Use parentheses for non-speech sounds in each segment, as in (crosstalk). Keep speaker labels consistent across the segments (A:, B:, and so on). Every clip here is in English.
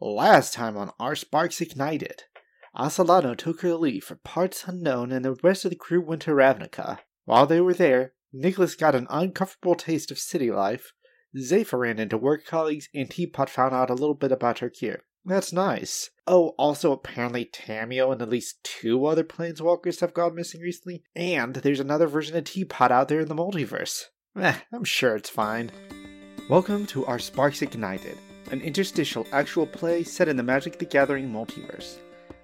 A: Last time on Our Sparks Ignited, Asolano took her leave for parts unknown and the rest of the crew went to Ravnica. While they were there, Nicholas got an uncomfortable taste of city life, Zephyr ran into work colleagues, and Teapot found out a little bit about her cure. That's nice. Oh, also apparently Tamio and at least two other planeswalkers have gone missing recently, and there's another version of Teapot out there in the multiverse. Eh, I'm sure it's fine. Welcome to Our Sparks Ignited, an interstitial actual play set in the Magic the Gathering multiverse.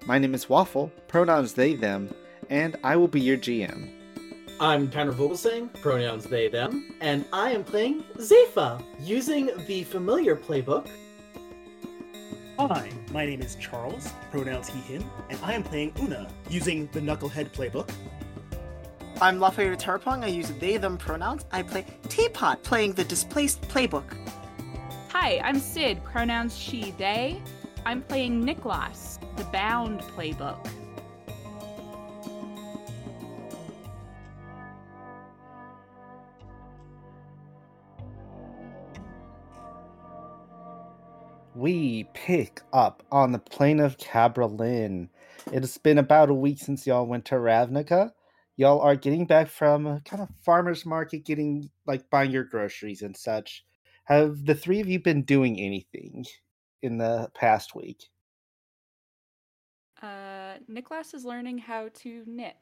A: My name is Waffle, pronouns they, them, and I will be your GM.
B: I'm Tanner Vogelsang, pronouns they, them, and I am playing Zepha using the familiar playbook.
C: Hi, my name is Charles, pronouns he, him, and I am playing Una using the Knucklehead playbook.
D: I'm Lafayette Tarpong. I use they, them pronouns. I play Teapot, playing the Displaced Playbook.
E: Hi, I'm Sid, pronouns she, they. I'm playing Niklas, the Bound playbook.
A: we pick up on the plain of Cabralin. It's been about a week since y'all went to Ravnica. Y'all are getting back from a kind of farmer's market, getting like buying your groceries and such. Have the three of you been doing anything in the past week?
E: Uh, Niklas is learning how to knit.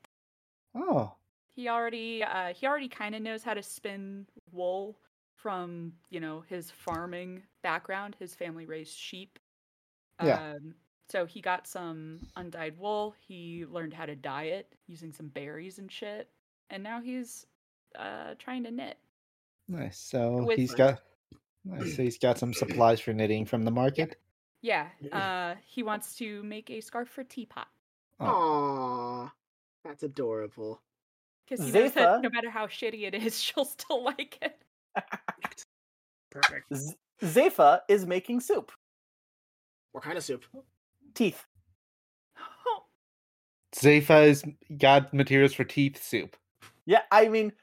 A: Oh,
E: He already uh, he already kind of knows how to spin wool from you know his farming background. His family raised sheep.
A: Yeah.
E: Um, so he got some undyed wool. He learned how to dye it using some berries and shit. And now he's uh, trying to knit.
A: nice. So
E: With-
A: he's got nice. So he's got some supplies for knitting from the market.
E: Yeah. Uh, he wants to make a scarf for teapot
A: Oh,
D: Aww, that's adorable.
E: because he knows that
B: Zepha?
E: no matter how shitty it is, (laughs) she'll still like it.
D: (gasps)
C: Perfect.
B: Z- Zepha is making soup.
D: What kind of soup?
B: Teeth.
A: Zepha has got materials for teeth soup.
B: Yeah, I mean,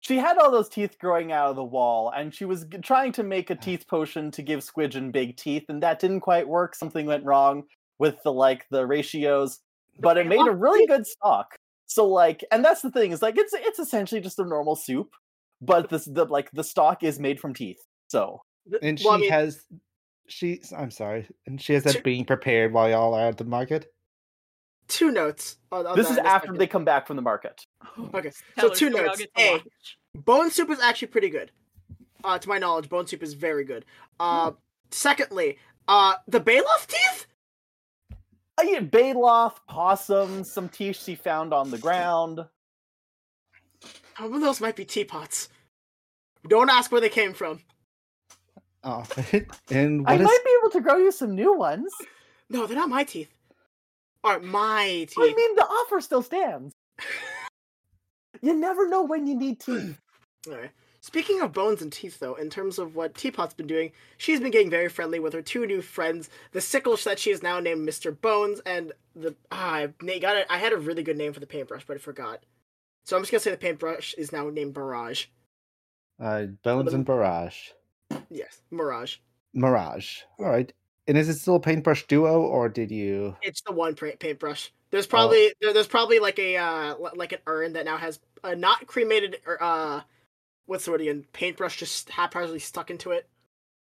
B: she had all those teeth growing out of the wall, and she was g- trying to make
D: Uh-huh.
B: a teeth potion to give Squidgen big teeth, and that didn't quite work. Something went wrong with the like the ratios, but it made a really good stock. So like, and that's the thing is like it's it's essentially just a normal soup, but this the like the stock is made from teeth. So
A: And she
D: Well, I mean-
A: has she's I'm sorry. And she has
D: Sure.
A: that being prepared while y'all are at the market.
D: Two notes. on- on
B: this
D: that
B: is
D: in a
B: after
D: second.
B: they come back from the market.
D: Okay,
E: Tell
D: Oh so
E: her
D: two
E: y'all
D: notes.
E: get to
D: A,
E: watch.
D: bone soup is actually pretty good. Uh, to my knowledge, bone soup is very good. Uh,
C: Hmm.
D: secondly, uh, the Bailoff teeth?
B: I get Baloth, possum, some teeth she found on the ground.
D: Some of those might be teapots. Don't ask where they came from.
A: Oh. (laughs) and
B: I
A: what is
B: might be able to grow you some new ones.
D: No, they're not my teeth. Or my teeth.
B: I mean, the offer still stands. (laughs) you never know when you need teeth.
D: Alright. Speaking of bones and teeth, though, in terms of what Teapot's been doing, she's been getting very friendly with her two new friends, the sickle that she has now named Mr. Bones, and the ah, I na- got it. I had a really good name for the paintbrush, but I forgot. So I'm just gonna say the paintbrush is now named Mirage.
A: Uh, Bones and Barrage.
D: Yes, Mirage.
A: Mirage. All right. And is it still a paintbrush duo, or did you?
D: It's the one pra- paintbrush.
B: Oh.
D: There's probably there, there's probably like a uh, li- like an urn that now has a not cremated or uh, what's the word again? Paintbrush just haphazardly stuck into it.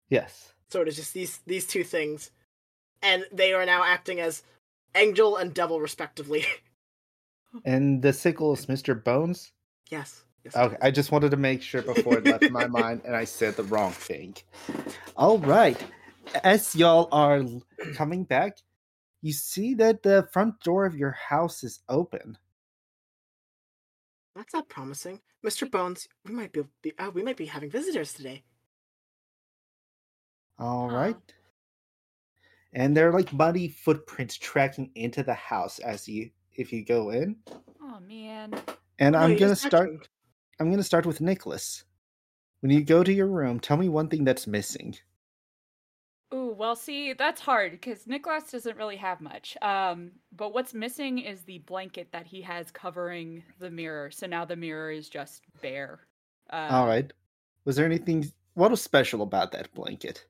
A: Yes.
D: So it is just these these two things, and they are now acting as angel and devil respectively. (laughs)
A: And the sickle is Mr. Bones.
D: yes. yes
A: Okay. I just wanted to make sure before it left my mind, and I said the wrong thing. All right. As y'all are l- coming back, you see that the front door of your house is open.
D: that's not promising, Mr. Bones. We might be, be uh, we might be having visitors today.
A: All
E: Huh.
A: right. And they're like muddy footprints tracking into the house as you if you go in.
E: Oh man.
A: And
D: No,
A: I'm
D: you
A: gonna
D: just
A: start.
D: mentioned.
A: I'm going to start with Nicholas. When you go to your room, tell me one thing that's missing.
E: Ooh, well, see, that's hard because Niklas doesn't really have much. Um, but what's missing is the blanket that he has covering the mirror. So now the mirror is just bare. Uh,
A: All right. Was there anything what was special about that blanket?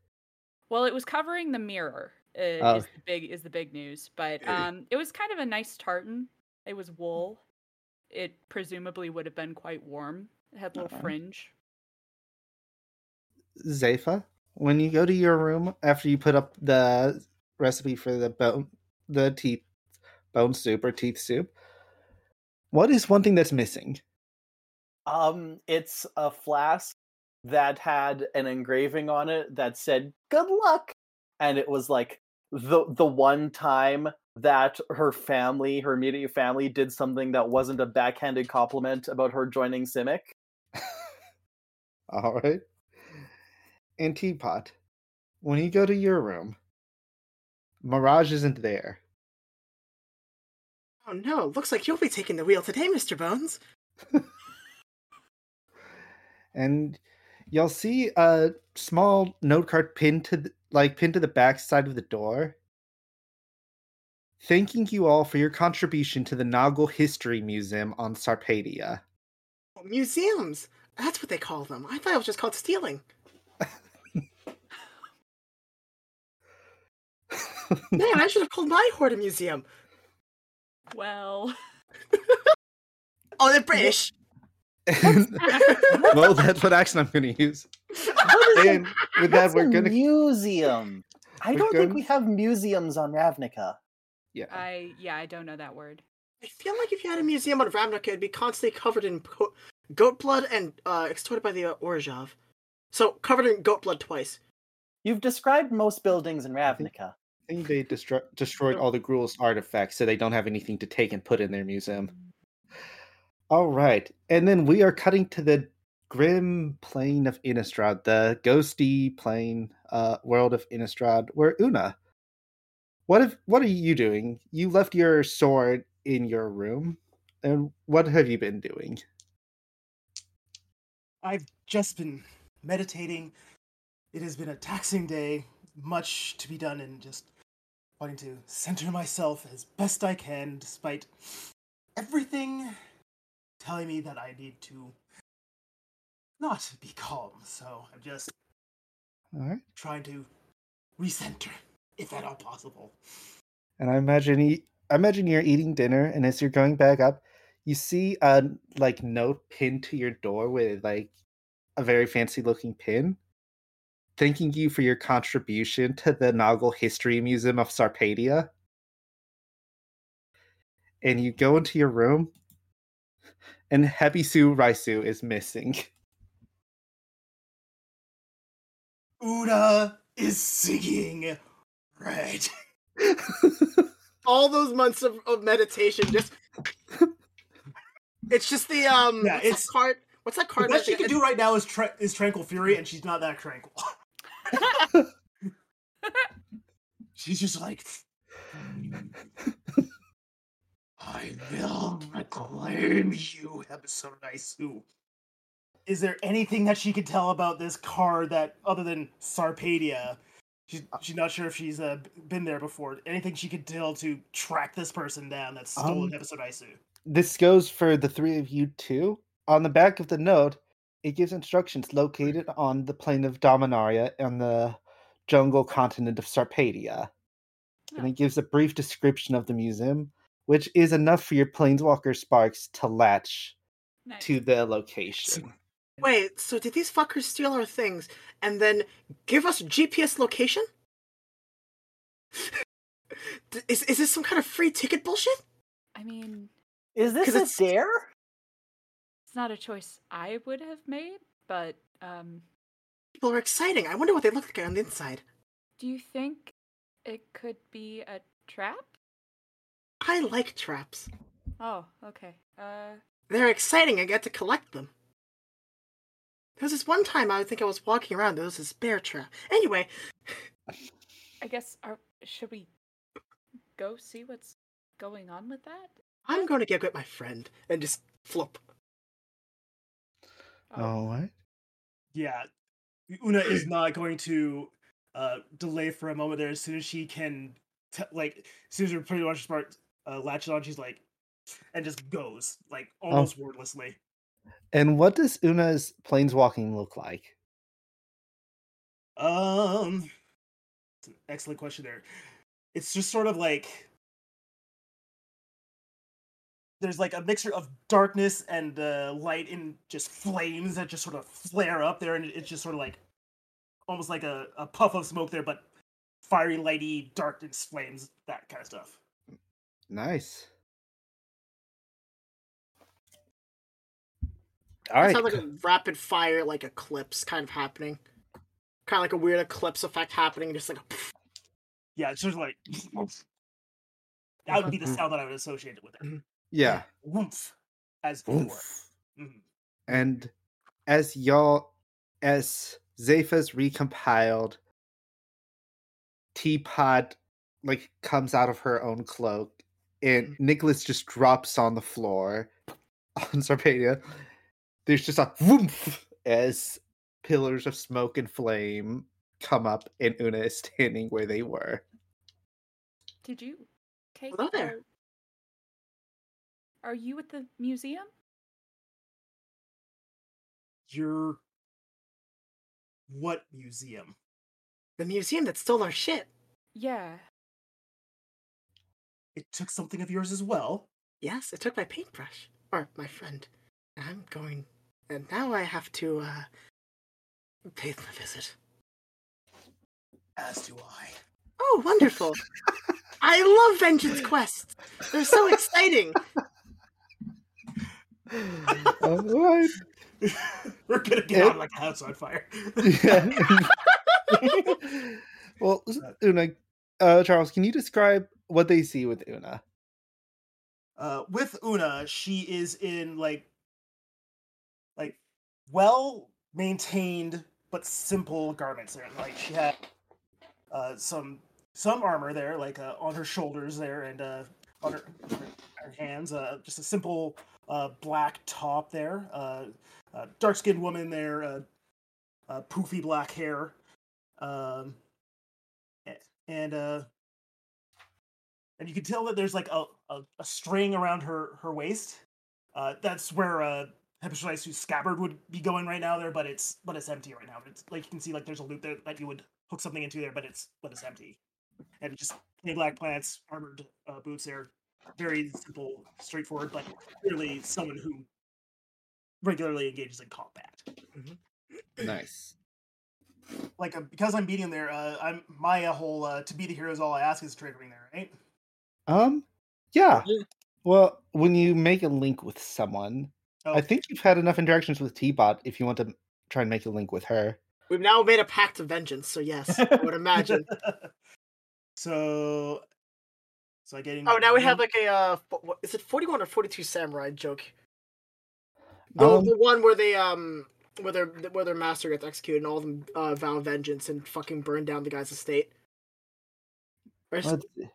E: Well, it was covering the mirror, uh,
F: Oh.
E: is the big is the big news. But um, it was kind of a nice tartan. It was wool. It presumably would have been quite warm. It had a little
A: Uh-huh.
E: fringe.
A: Zepha, when you go to your room after you put up the recipe for the bone, the teeth, bone soup or teeth soup, what is one thing that's missing?
B: (clears throat)
A: (laughs)
B: Um, it's a flask that had an engraving on it that said "Good luck," and it was like the the one time that her family, her immediate family, did something that wasn't a backhanded compliment about her joining Simic.
A: All right. And teapot, when you go to your room, Mirage isn't there.
D: Oh no, looks like you'll be taking the wheel today, Mr. Bones.
A: and you'll see a small note card pinned to the, like pinned to the back side of the door thanking you all for your contribution to the Noggle History Museum on Sarpedia.
D: Museums! That's what they call them. I thought it was just
A: (laughs)
D: called stealing. Man, I should have called my hoard a museum.
E: (laughs) Well,
D: Oh, they're British.
A: And- (laughs) well, that's what accent I'm going to use. And with that, we're going to
B: museum. I
A: We're
B: don't
A: gonna-
B: think we have museums on Ravnica.
A: yeah.
E: I yeah, I don't know that word.
D: I feel like if you had a museum on Ravnica, it'd be constantly covered in co- goat blood and uh, extorted by the uh, Orzhov. So covered in goat blood twice.
B: You've described most buildings in
A: think-
B: Ravnica.
A: I think they destro- destroyed all the Gruel's artifacts, so they don't have anything to take and put in their museum. All right, and then we are cutting to the grim plane of Innistrad, the ghosty plane uh, world of Innistrad, where Una. What if? What are you doing? You left your sword in your room, and what have you been doing?
G: I've just been meditating. It has been a taxing day, much to be done, and just wanting to center myself as best I can, despite everything telling me that I need to not be calm. So I'm just
A: All right,
G: trying to recenter, if at all possible.
A: and I imagine you, I imagine you're eating dinner, and as you're going back up, you see a like note pinned to your door with like a very fancy looking pin, thanking you for your contribution to the Noggle History Museum of Sarpedia. And you go into your room, and Happy Sue Raisu is missing. (laughs)
G: Una is singing red.
D: All those months of, of meditation
G: (laughs)
D: just. it's just the um.
G: Yeah,
D: what's that
G: it's-
D: card. What's that
G: The
D: card?
G: best she
D: magic?
G: can do right now is, tra- is Tranquil Fury, and she's not that tranquil. (laughs) she's just like, I will reclaim you, Hebsonaisu. Is there anything that she can tell about this car that, other than Sarpedia, she's, she's not sure if she's uh, been there before. Anything she could tell to track this person down that's stolen
A: Um,
G: Hebsonaisu?
A: this goes for the three of you too. On the back of the note, it gives instructions located on the plain of Dominaria on the jungle continent of Sarpedia. And
D: Ah.
E: Oh.
A: it gives a brief description of the museum, which is enough for your planeswalker sparks to latch
E: Nice.
A: to the location.
D: Wait, so did these fuckers steal our things and then give us GPS location? (laughs) D- is is this some kind of free ticket bullshit?
E: I mean,
B: Is this
D: 'Cause
B: a
D: it's-
B: dare?
E: it's not a choice I would have made, but um,
D: People are exciting. I wonder what they look like on the inside.
E: do you think it could be a trap?
D: I like traps.
E: Oh, okay. Uh,
D: They're exciting. I get to collect them. There was this one time I think I was walking around. There was this bear trap. Anyway,
E: I guess are should we go see what's going on with that?
D: I'm going to get with my friend and just flop. Oh,
A: All
E: Um,
A: right.
G: Yeah, Una is not going to uh, delay for a moment there. As soon as she can, t- like, as soon as her pretty much smart uh, latches on, she's like, and just goes like almost wordlessly.
A: And what does Una's planeswalking look like?
G: Um, it's an excellent question there. it's just sort of like there's like a mixture of darkness and uh, light and just flames that just sort of flare up there, and it's just sort of like almost like a, a puff of smoke there, but fiery, lighty, darkness, flames, that kind of stuff.
A: Nice. All right.
D: It sounds like a rapid fire, like eclipse kind of happening. Kind of like a weird eclipse effect happening, just like a pfft.
G: Yeah, it's just like that would be the sound that I would associate it with. It.
D: (laughs)
A: yeah.
G: Woomph, as it were.
A: Oof.
G: Mhm.
A: And as y'all, as Zephas recompiled, Teapot like comes out of her own cloak, and Nicholas just drops on the floor (laughs) on Sarpedia. There's just a whoomph as pillars of smoke and flame come up, and Una is standing where they were. (laughs)
E: Did you? Kate,
D: Hello there.
E: Are, are you at the museum?
G: Your what museum?
D: the museum that stole our shit.
E: Yeah.
G: It took something of yours as well.
D: Yes, it took my paintbrush. Or my friend. And I'm going. And now I have to, uh. pay them a visit.
G: As do I.
D: Oh, wonderful. I love Vengeance quests. They're so exciting.
A: All right.
G: (laughs) We're gonna get out like a house on fire. (laughs)
A: Yeah. (laughs) well, Una, uh, Charles, can you describe what they see with Una?
G: uh, with Una, she is in like like well maintained but simple garments there. Like she had uh, some some armor there, like uh, on her shoulders there, and uh, on her, her hands, uh, just a simple uh, black top there. Uh, uh, Dark skinned woman there, uh, uh, poofy black hair, um, a- and uh, and you can tell that there's like a, a, a string around her her waist. Uh, that's where uh, Hepatitis scabbard would be going right now there, but it's but it's empty right now. It's like you can see like there's a loop there that you would hook something into there, but it's but it's empty. And just plain black plants, armored uh, boots there. Very simple, straightforward, but clearly someone who regularly engages in combat.
A: Nice.
G: Like uh, because I'm beating there, uh, I'm my uh, whole uh, to be the hero is all I ask is triggering there, right?
A: Um, yeah.
D: Mhm.
A: Well, when you make a link with someone,
G: Oh,
A: I think you've had enough interactions with T-Bot if you want to try and make a link with her.
D: We've now made a pact of vengeance, so yes, I would imagine.
G: (laughs) so, so I getting.
D: (laughs) Oh, now we have like a uh, fo- what- is it forty one or forty two samurai joke? The,
A: Um,
D: the one where they um where their where their master gets executed and all of them uh, vow vengeance and fucking burn down the guy's estate. Or s-
A: let's see.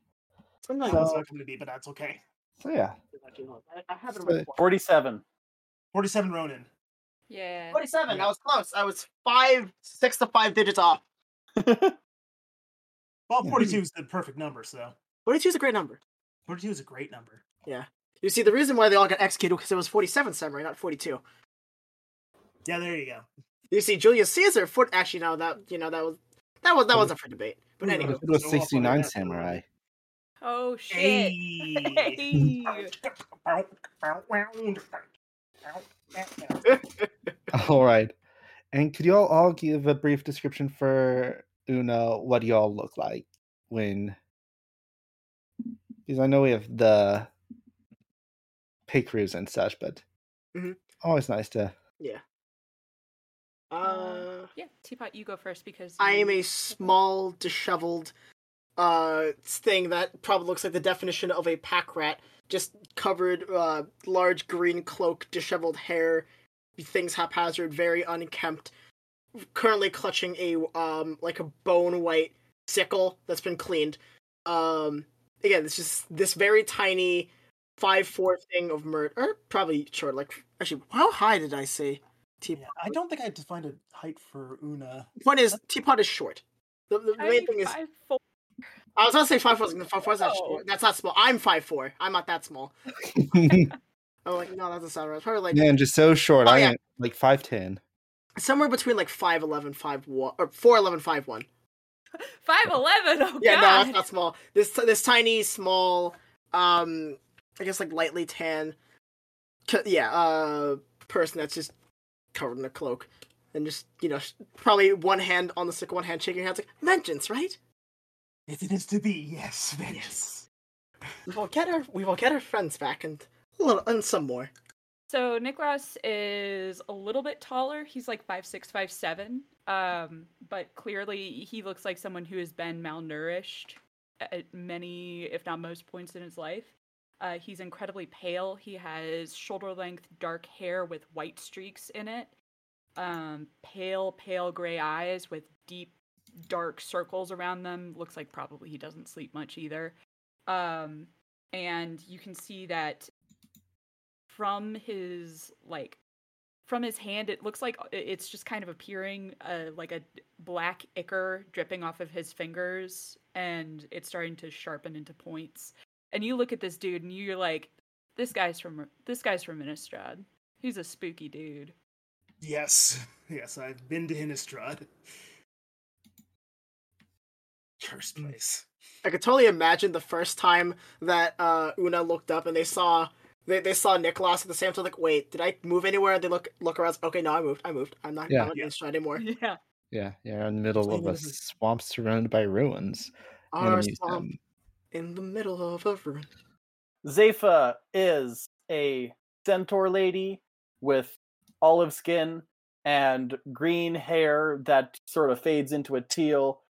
D: something
G: I
D: like
G: don't know
D: that.
G: what's not coming to be, but that's okay.
A: So yeah,
D: I, I have it.
A: But-
B: Forty-seven.
G: Forty-seven Ronin.
E: Yeah.
D: Forty-seven. I was close. I was five, six to five digits off.
G: Well,
A: Yeah.
G: forty-two is the perfect number, so
D: Forty-two is a great number.
G: forty-two is a great number.
D: You see, the reason why they all got executed because it was forty-seven samurai, not forty-two.
G: Yeah, there you go.
D: You see, Julius Caesar. For, actually, no, that you know that was that was that was up for debate. But
G: Ooh,
A: it
D: anyway,
G: Go
A: was- it was
G: off on a
A: sixty-nine
G: rant.
A: samurai.
E: Oh shit.
D: (laughs)
G: Hey.
E: Hey.
A: (laughs) All right. And could y'all all give a brief description for Una what y'all look like when because I know we have the pay crews and such, but
D: Mhm.
A: always nice
D: (laughs)
A: to (laughs)
D: uh.
E: (laughs) yeah, Teapot, you go first because
D: I am
E: you-
D: a small, disheveled uh thing that probably looks like the definition of a pack rat. Just covered uh large green cloak, disheveled hair, things haphazard, very unkempt. Currently clutching a um like a bone white sickle that's been cleaned. Um again, this is this very tiny five four thing of murder or probably short, like actually how high did I say? Teapot?
G: Yeah, I don't think I defined a height for Una.
D: Point is teapot is short. The, the
E: I
D: main
E: am
D: thing is
E: five, four.
D: I was gonna say five four. Five four is not
E: No.
D: short. That's not small. I'm five four. I'm not that small. I'm like no, that's a sound right. It's Probably like
A: Man, just so short.
D: Oh,
A: I
D: yeah.
A: am like five ten.
D: somewhere between like five eleven, five one, or four eleven, five one.
E: Five eleven. Oh
D: Yeah, no,
E: god.
D: it's not small. This this tiny, small, um, I guess like lightly tan, c- yeah, uh, person that's just covered in a cloak and just you know sh- probably one hand on the stick, one hand shaking hands like vengeance, right?
G: If it is to be, yes, Vengeance.
D: We will get our we will get our friends back and a little and some more.
E: So Nicholas is a little bit taller. He's like five six, five seven. Um, but clearly he looks like someone who has been malnourished at many, if not most, points in his life. Uh, he's incredibly pale. He has shoulder length dark hair with white streaks in it. Um, pale, pale gray eyes with deep, dark circles around them. Looks like probably he doesn't sleep much either. Um, and you can see that from his like from his hand it looks like i- it's just kind of appearing uh, like a d- black ichor dripping off of his fingers and it's starting to sharpen into points and you look at this dude and you're like this guy's from this guy's from Innistrad. He's a spooky dude. (laughs)
G: Yes, yes, I've been to Innistrad. Cursed
D: Mm.
G: place.
D: I could totally imagine the first time that uh, Una looked up and they saw they, they saw Nicholas at the same time. Like, wait, did I move anywhere? They look look around. Okay, no, I moved. I moved. I'm not.
H: Yeah.
D: I'm not
G: Yeah.
D: gonna try anymore.
E: Yeah.
H: Yeah, you're in the middle of a
D: (laughs)
G: Whatever.
H: swamp surrounded by ruins. and a
D: Our
H: museum.
A: (laughs)
D: swamp in the middle of a room.
B: Zepha is a centaur lady with olive skin and green hair that sort of fades into a teal.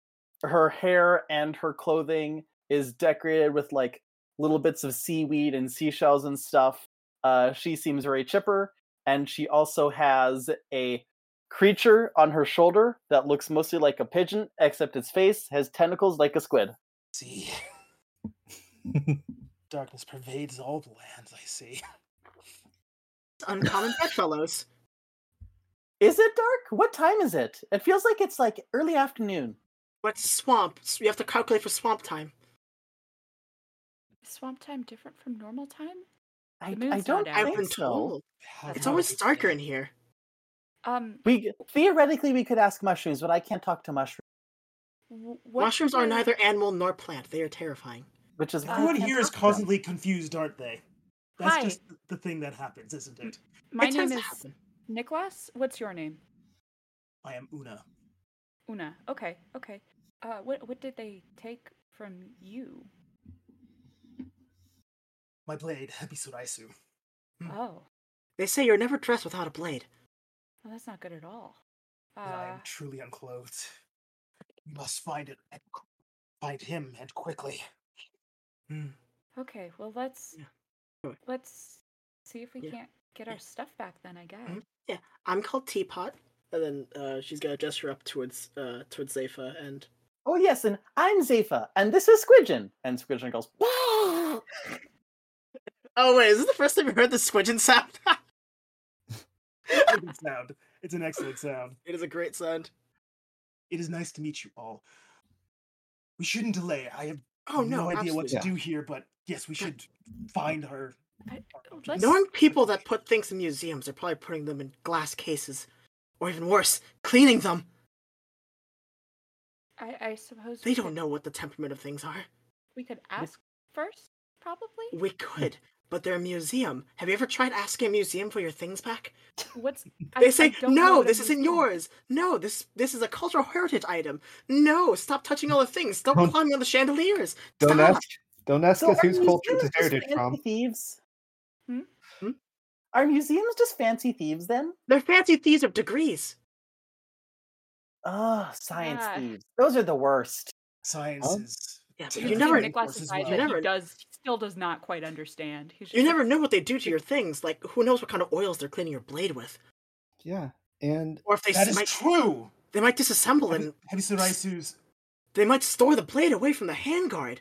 B: Her hair and her clothing is decorated with like little bits of seaweed and seashells and stuff. Uh, she seems very chipper, and she also has a creature on her shoulder that looks mostly like a pigeon, except its face has tentacles like a squid.
G: See, darkness pervades all the lands I see.
D: Uncommon bedfellows.
B: Is it dark? What time is it? It feels like it's like early afternoon.
D: What's swamp? S- You have to calculate for swamp time.
E: Is swamp time different from normal time?
B: I,
E: The moon's
B: I
E: not
B: don't
E: out.
D: I've
B: think
D: been
B: so.
D: told.
G: How
D: It's
G: do
D: always
G: I
D: darker in
G: say-
D: here.
E: Um
B: We theoretically we could ask mushrooms, but I can't talk to mushrooms,
E: w- what
D: Mushrooms are
E: time-
D: neither animal nor plant. They are terrifying.
B: which is why I
G: Everyone
B: can't
G: here is
B: talk to them.
G: constantly confused, aren't they? That's
E: Hi.
G: just th- the thing that happens, isn't it?
E: My
D: It
E: name
D: tends
E: is
D: to happen.
E: Nicholas. What's your name?
G: I am Una.
E: Una. Okay. Okay. Uh, what what did they take from you?
D: Hmm.
G: My blade, Ebisuraisu. Hmm.
E: Oh,
D: They say you're never dressed without a blade.
E: well, that's not good at all.
G: and I am
E: Uh,
G: truly unclothed. We must find it and qu- find him and quickly.
E: okay. Well, let's
D: Yeah. Sure.
E: let's see if we
D: Yeah.
E: can't get
D: Yeah. Mm-hmm.
E: our stuff back. Then I guess.
D: I'm called Teapot, and then uh, she's gonna gesture up towards uh, towards Zepha and
B: Oh yes, and I'm Zepha, and this is Squidgen. And Squidgen goes,
D: Oh wait, is this the first time you heard the squidgin sound? (laughs)
G: It's a good sound. It's an excellent sound.
D: it is a great sound.
G: It is nice to meet you all. We shouldn't delay. I have
D: Oh no,
G: no idea what to
H: absolutely.
G: do here, but yes, we should find her.
E: I-
G: our object.
E: let's-
D: Knowing people that put things in museums are probably putting them in glass cases. Or even worse, cleaning them.
E: I I suppose
D: They
E: we
D: don't
E: could-
D: know what the temperament of things are.
E: We could ask first, probably.
D: We could, but they're a museum. Have you ever tried asking a museum for your things back?
E: What's I- I
D: They say,
E: don't know
D: "No,
E: what a
D: this isn't
E: museum-
D: yours. No, this this is a cultural heritage item. No, stop touching all the things. Stop
H: Don't-
D: climbing on the chandeliers.
H: Don't
D: Stop."
H: ask. Don't ask us
B: are
H: whose culture it's
B: museums just
H: heritage
B: fancy
H: from.
B: Thieves.
E: Hmm?
D: Hmm?
B: Are museums just fancy thieves then?
D: They're fancy thieves of degrees.
B: Oh, science
E: Yeah.
B: thieves. Those are the worst.
G: Science
H: Huh?
G: is.
D: Yeah,
G: it's
D: but
G: a
E: You,
D: You
E: you
G: different
D: never-
E: never
G: force
E: Nicholas's
G: as
E: eyes.
G: well.
E: You
D: never-
E: He does he still does not quite understand. He's
D: You
E: just
D: never
E: like,
D: know what they do to your things. Like, who knows what kind of oils they're cleaning your blade with,
H: Yeah, and
D: or if they
G: That
D: s-
G: is
D: might
G: true.
D: they might disassemble it.
G: Heavy
D: and
G: Hebisuraisus,
D: They might store the blade away from the handguard.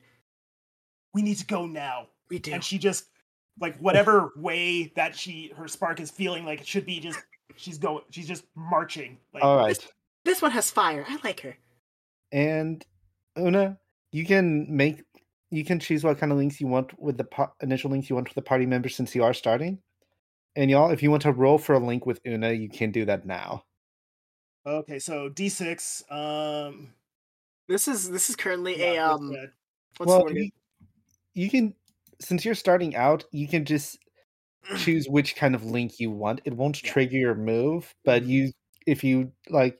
G: we need to go now.
D: We do.
G: and she just like whatever way that she her spark is feeling like it should be just she's going she's just marching like
H: all right,
D: This one has fire. I like her.
H: and Una, you can make you can choose what kind of links you want with the par- initial links you want with the party members since you are starting. And y'all, if you want to roll for a link with Una, you can do that now.
G: okay so d6 um
D: This is this is currently a
G: Yeah, that's
D: um.
G: bad.
D: What's the
A: well,
D: word?
A: you, you can since you're starting out, you can just
D: (clears throat)
A: choose which kind of link you want. It won't
D: Yeah. Mm-hmm.
A: trigger your move, but you if you like,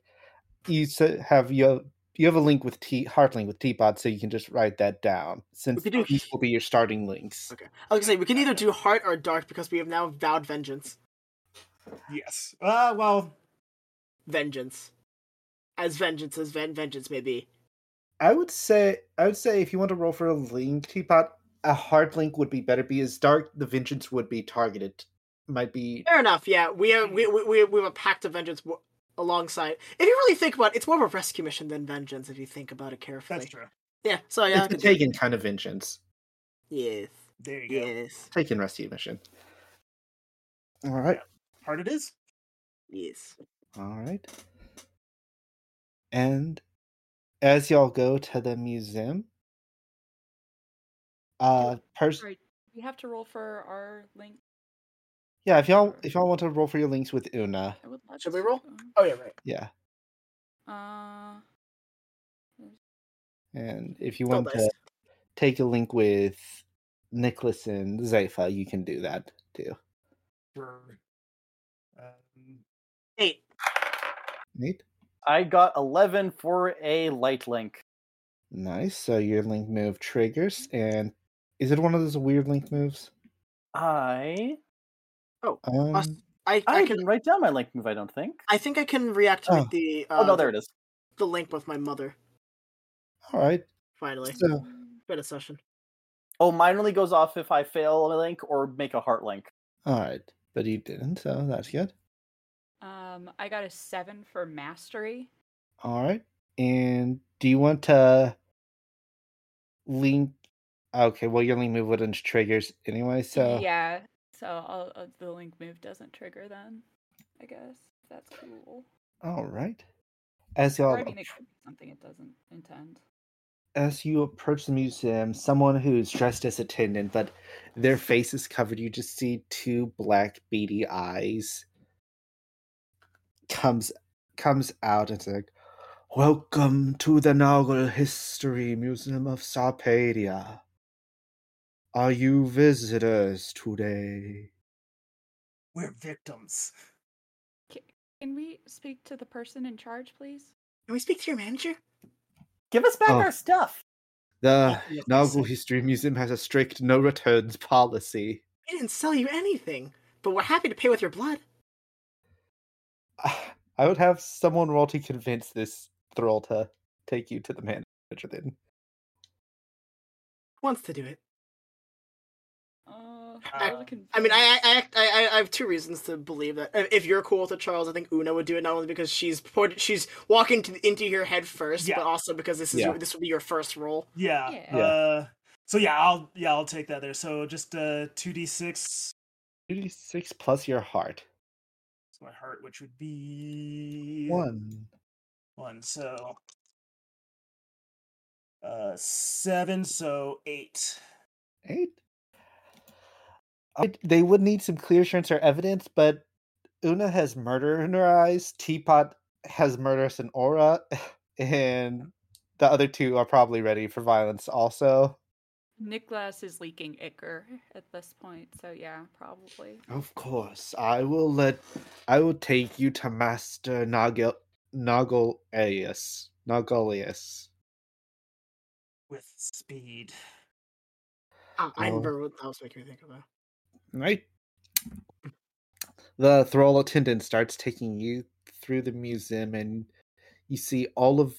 A: you s- have you have, you have a link with T Heartlink with Teapot, so you can just write that down since
D: could do-
A: these will be your starting links.
D: Okay. I was gonna say we can either do heart or dark because we have now vowed vengeance.
G: Yes. Ah, well,
D: Vengeance, as vengeance as ven- vengeance may be.
A: I would say I would say if you want to roll for a link teapot, a hard link would be better because dark the vengeance would be targeted. Might be
D: Fair enough. Yeah, we have we we we we have a pact of vengeance w- alongside. If you really think about it, it's more of a rescue mission than vengeance. If you think about it carefully.
G: that's true.
D: Yeah. So yeah. I
A: it's a
D: could-
A: taken kind of vengeance.
D: Yes.
G: There you go.
D: Yes.
A: Taken rescue mission. Alright.
G: Hard it is.
D: Yes.
A: Alright. And as y'all go to the museum, uh person
E: Sorry, we have to roll for our link.
A: yeah, if y'all if y'all want to roll for your links with Una,
E: I would love
D: Should
E: to
D: we
E: see
D: roll?
E: that.
D: Oh yeah. Right.
A: yeah.
E: Uh,
A: And if you
D: Roll
A: want
D: dice.
A: to take a link with Nicholas and Zepha, you can do that too.
G: Sure. Um,
D: Eight.
A: Neat.
B: I got 11 for a light link.
A: Nice. So your link move triggers, and is it one of those weird link moves?
B: I
A: Um,
D: Us- I
B: I,
D: I, can.
B: didn't write down my link move. I don't think.
D: I think I can reactivate
A: Oh.
D: the uh,
B: oh no, there it is.
D: the link with my mother
A: all right.
D: finally.
A: So
D: Been a session.
B: Oh, mine only goes off if I fail a link or make a heart link.
A: all right, but you didn't, so that's good.
E: um, I got a seven for mastery.
A: All right. And do you want to link? Okay. Well, your link move wouldn't triggers anyway. So
E: yeah, so I'll, uh, the link move doesn't trigger then. I guess that's cool.
A: all right. As y'all
E: Or, I mean, it could be something it doesn't intend.
A: as you approach the museum, someone who's dressed as attendant, but their face is covered, you just see two black beady eyes comes comes out and it's like, Welcome to the Nagal History Museum of Sarpedia. Are you visitors today?
G: we're victims.
E: Can we speak to the person in charge, please?
D: Can we speak to your manager?
B: Give us back
A: Oh.
B: our stuff.
A: The
D: Yeah, yes,
A: Nagal History Museum has a strict no returns policy.
D: We didn't sell you anything, but we're happy to pay with your blood.
A: (sighs) I would have someone roll to convince this thrall to take you to the (laughs) manager then.
D: Who wants to do it?
E: Uh,
B: I- I
E: roll
D: I mean,
E: convince.
D: I I, act- I I I have two reasons to believe that. uh, If if you're cool with it, Charles, I think Una would do it not only because she's poured, she's walking to, into your head first,
G: Yeah.
D: but also because this is
A: Yeah.
D: your, this would be your first role.
G: Yeah.
E: Yeah.
G: Uh, so yeah, I'll yeah I'll take that there. So just uh two d six.
A: 2d6 plus your heart.
G: My heart, which would be
A: One.
G: One. So uh seven. So eight.
A: Eight. Alright, They would need some clear assurance or evidence, but Una has murder in her eyes, Teapot has murderous an aura, (sighs) and the other two are probably ready for violence also.
E: Nicholas is leaking ichor at this point, so yeah, probably.
A: Of course, I will let. I will take you to Master Nagel Nagolius. Nagolius.
G: with speed.
D: Ah, I
A: Oh.
D: remember what that was making me think of. that.
A: Right. The thrall attendant starts taking you through the museum, and you see all of.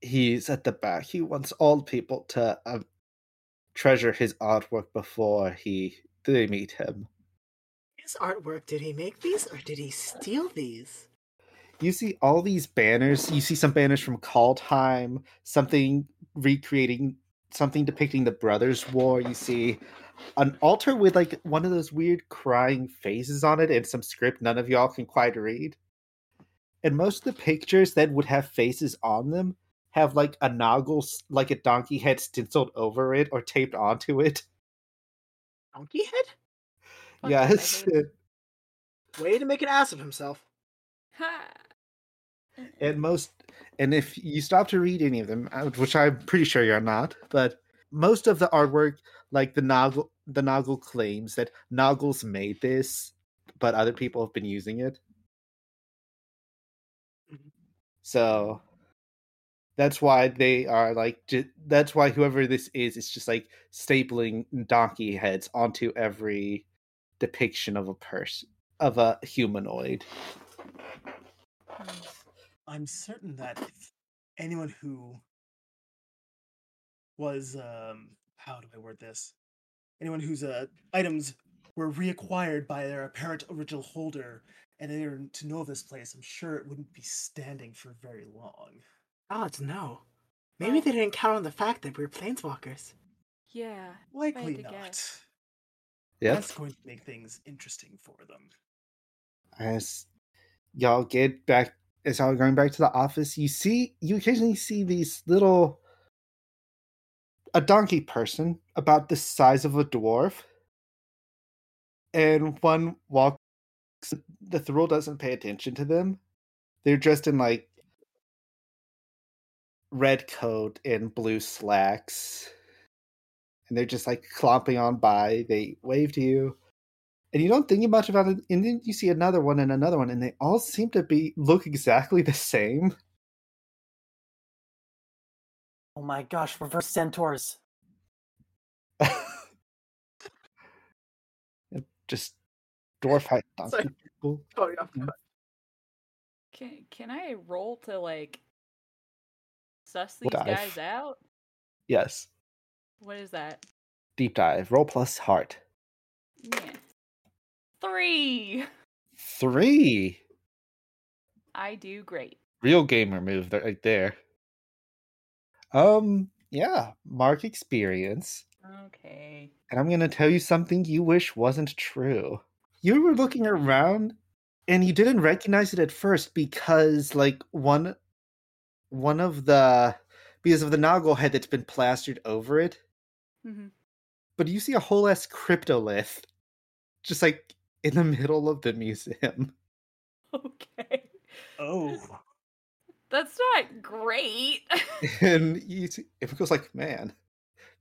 A: He's at the back. He wants all people to um, treasure his artwork before he they meet him.
D: His artwork. Did he make these or did he steal these?
A: you see all these banners. You see some banners from Call Time, something recreating something depicting the Brothers' War. You see an altar with like one of those weird crying faces on it and some script none of y'all can quite read. And most of the pictures that would have faces on them have like a noggle, like a donkey head stenciled over it or taped onto it.
D: Donkey head?
E: Fuck it, I
A: yes.
E: hate it.
D: Way to make an ass of himself.
E: Ha!
A: and most and if you stop to read any of them uh, which i'm pretty sure you're not but most of the artwork like the noggle the noggle claims that noggles made this but other people have been using it so that's why they are like ju- that's why whoever this is is just like stapling donkey heads onto every depiction of a person of a humanoid
G: I'm certain that if anyone who was um how do I word this? Anyone whose uh, items were reacquired by their apparent original holder and they were to know of this place, I'm sure it wouldn't be standing for very long.
D: Odds no. Maybe they didn't count on the fact that we were planeswalkers.
E: Yeah.
G: Likely
E: to
G: not.
E: guess.
A: yes
G: That's going to make things interesting for them.
A: as y'all get back as y'all going back to the office you see you occasionally see these little a donkey person about the size of a dwarf and one walks the thrall doesn't pay attention to them they're dressed in like red coat and blue slacks and they're just like clomping on by they wave to you and you don't think much about it and then you see another one and another one and they all seem to be look exactly the same (laughs)
B: Oh my gosh, reverse centaurs.
A: just dwarf height donkey
D: Sorry.
A: people
D: Oh yeah.
E: Can can I roll to like suss
A: We'll
E: these
A: dive.
E: guys out?
A: yes
E: What is that?
A: deep dive roll plus heart
E: Yeah. Three.
A: three
E: I do great.
A: real gamer move there- right there um yeah mark experience
E: Okay.
A: and i'm gonna tell you something you wish wasn't true you were looking around and you didn't recognize it at first because like one one of the because of the noggle head that's been plastered over it
E: hmm
A: but you see a whole ass cryptolith just like in the (laughs) middle of the museum
E: (laughs)
A: (laughs)
E: Okay.
G: Oh,
E: That's not great. (laughs)
A: and you see it goes like man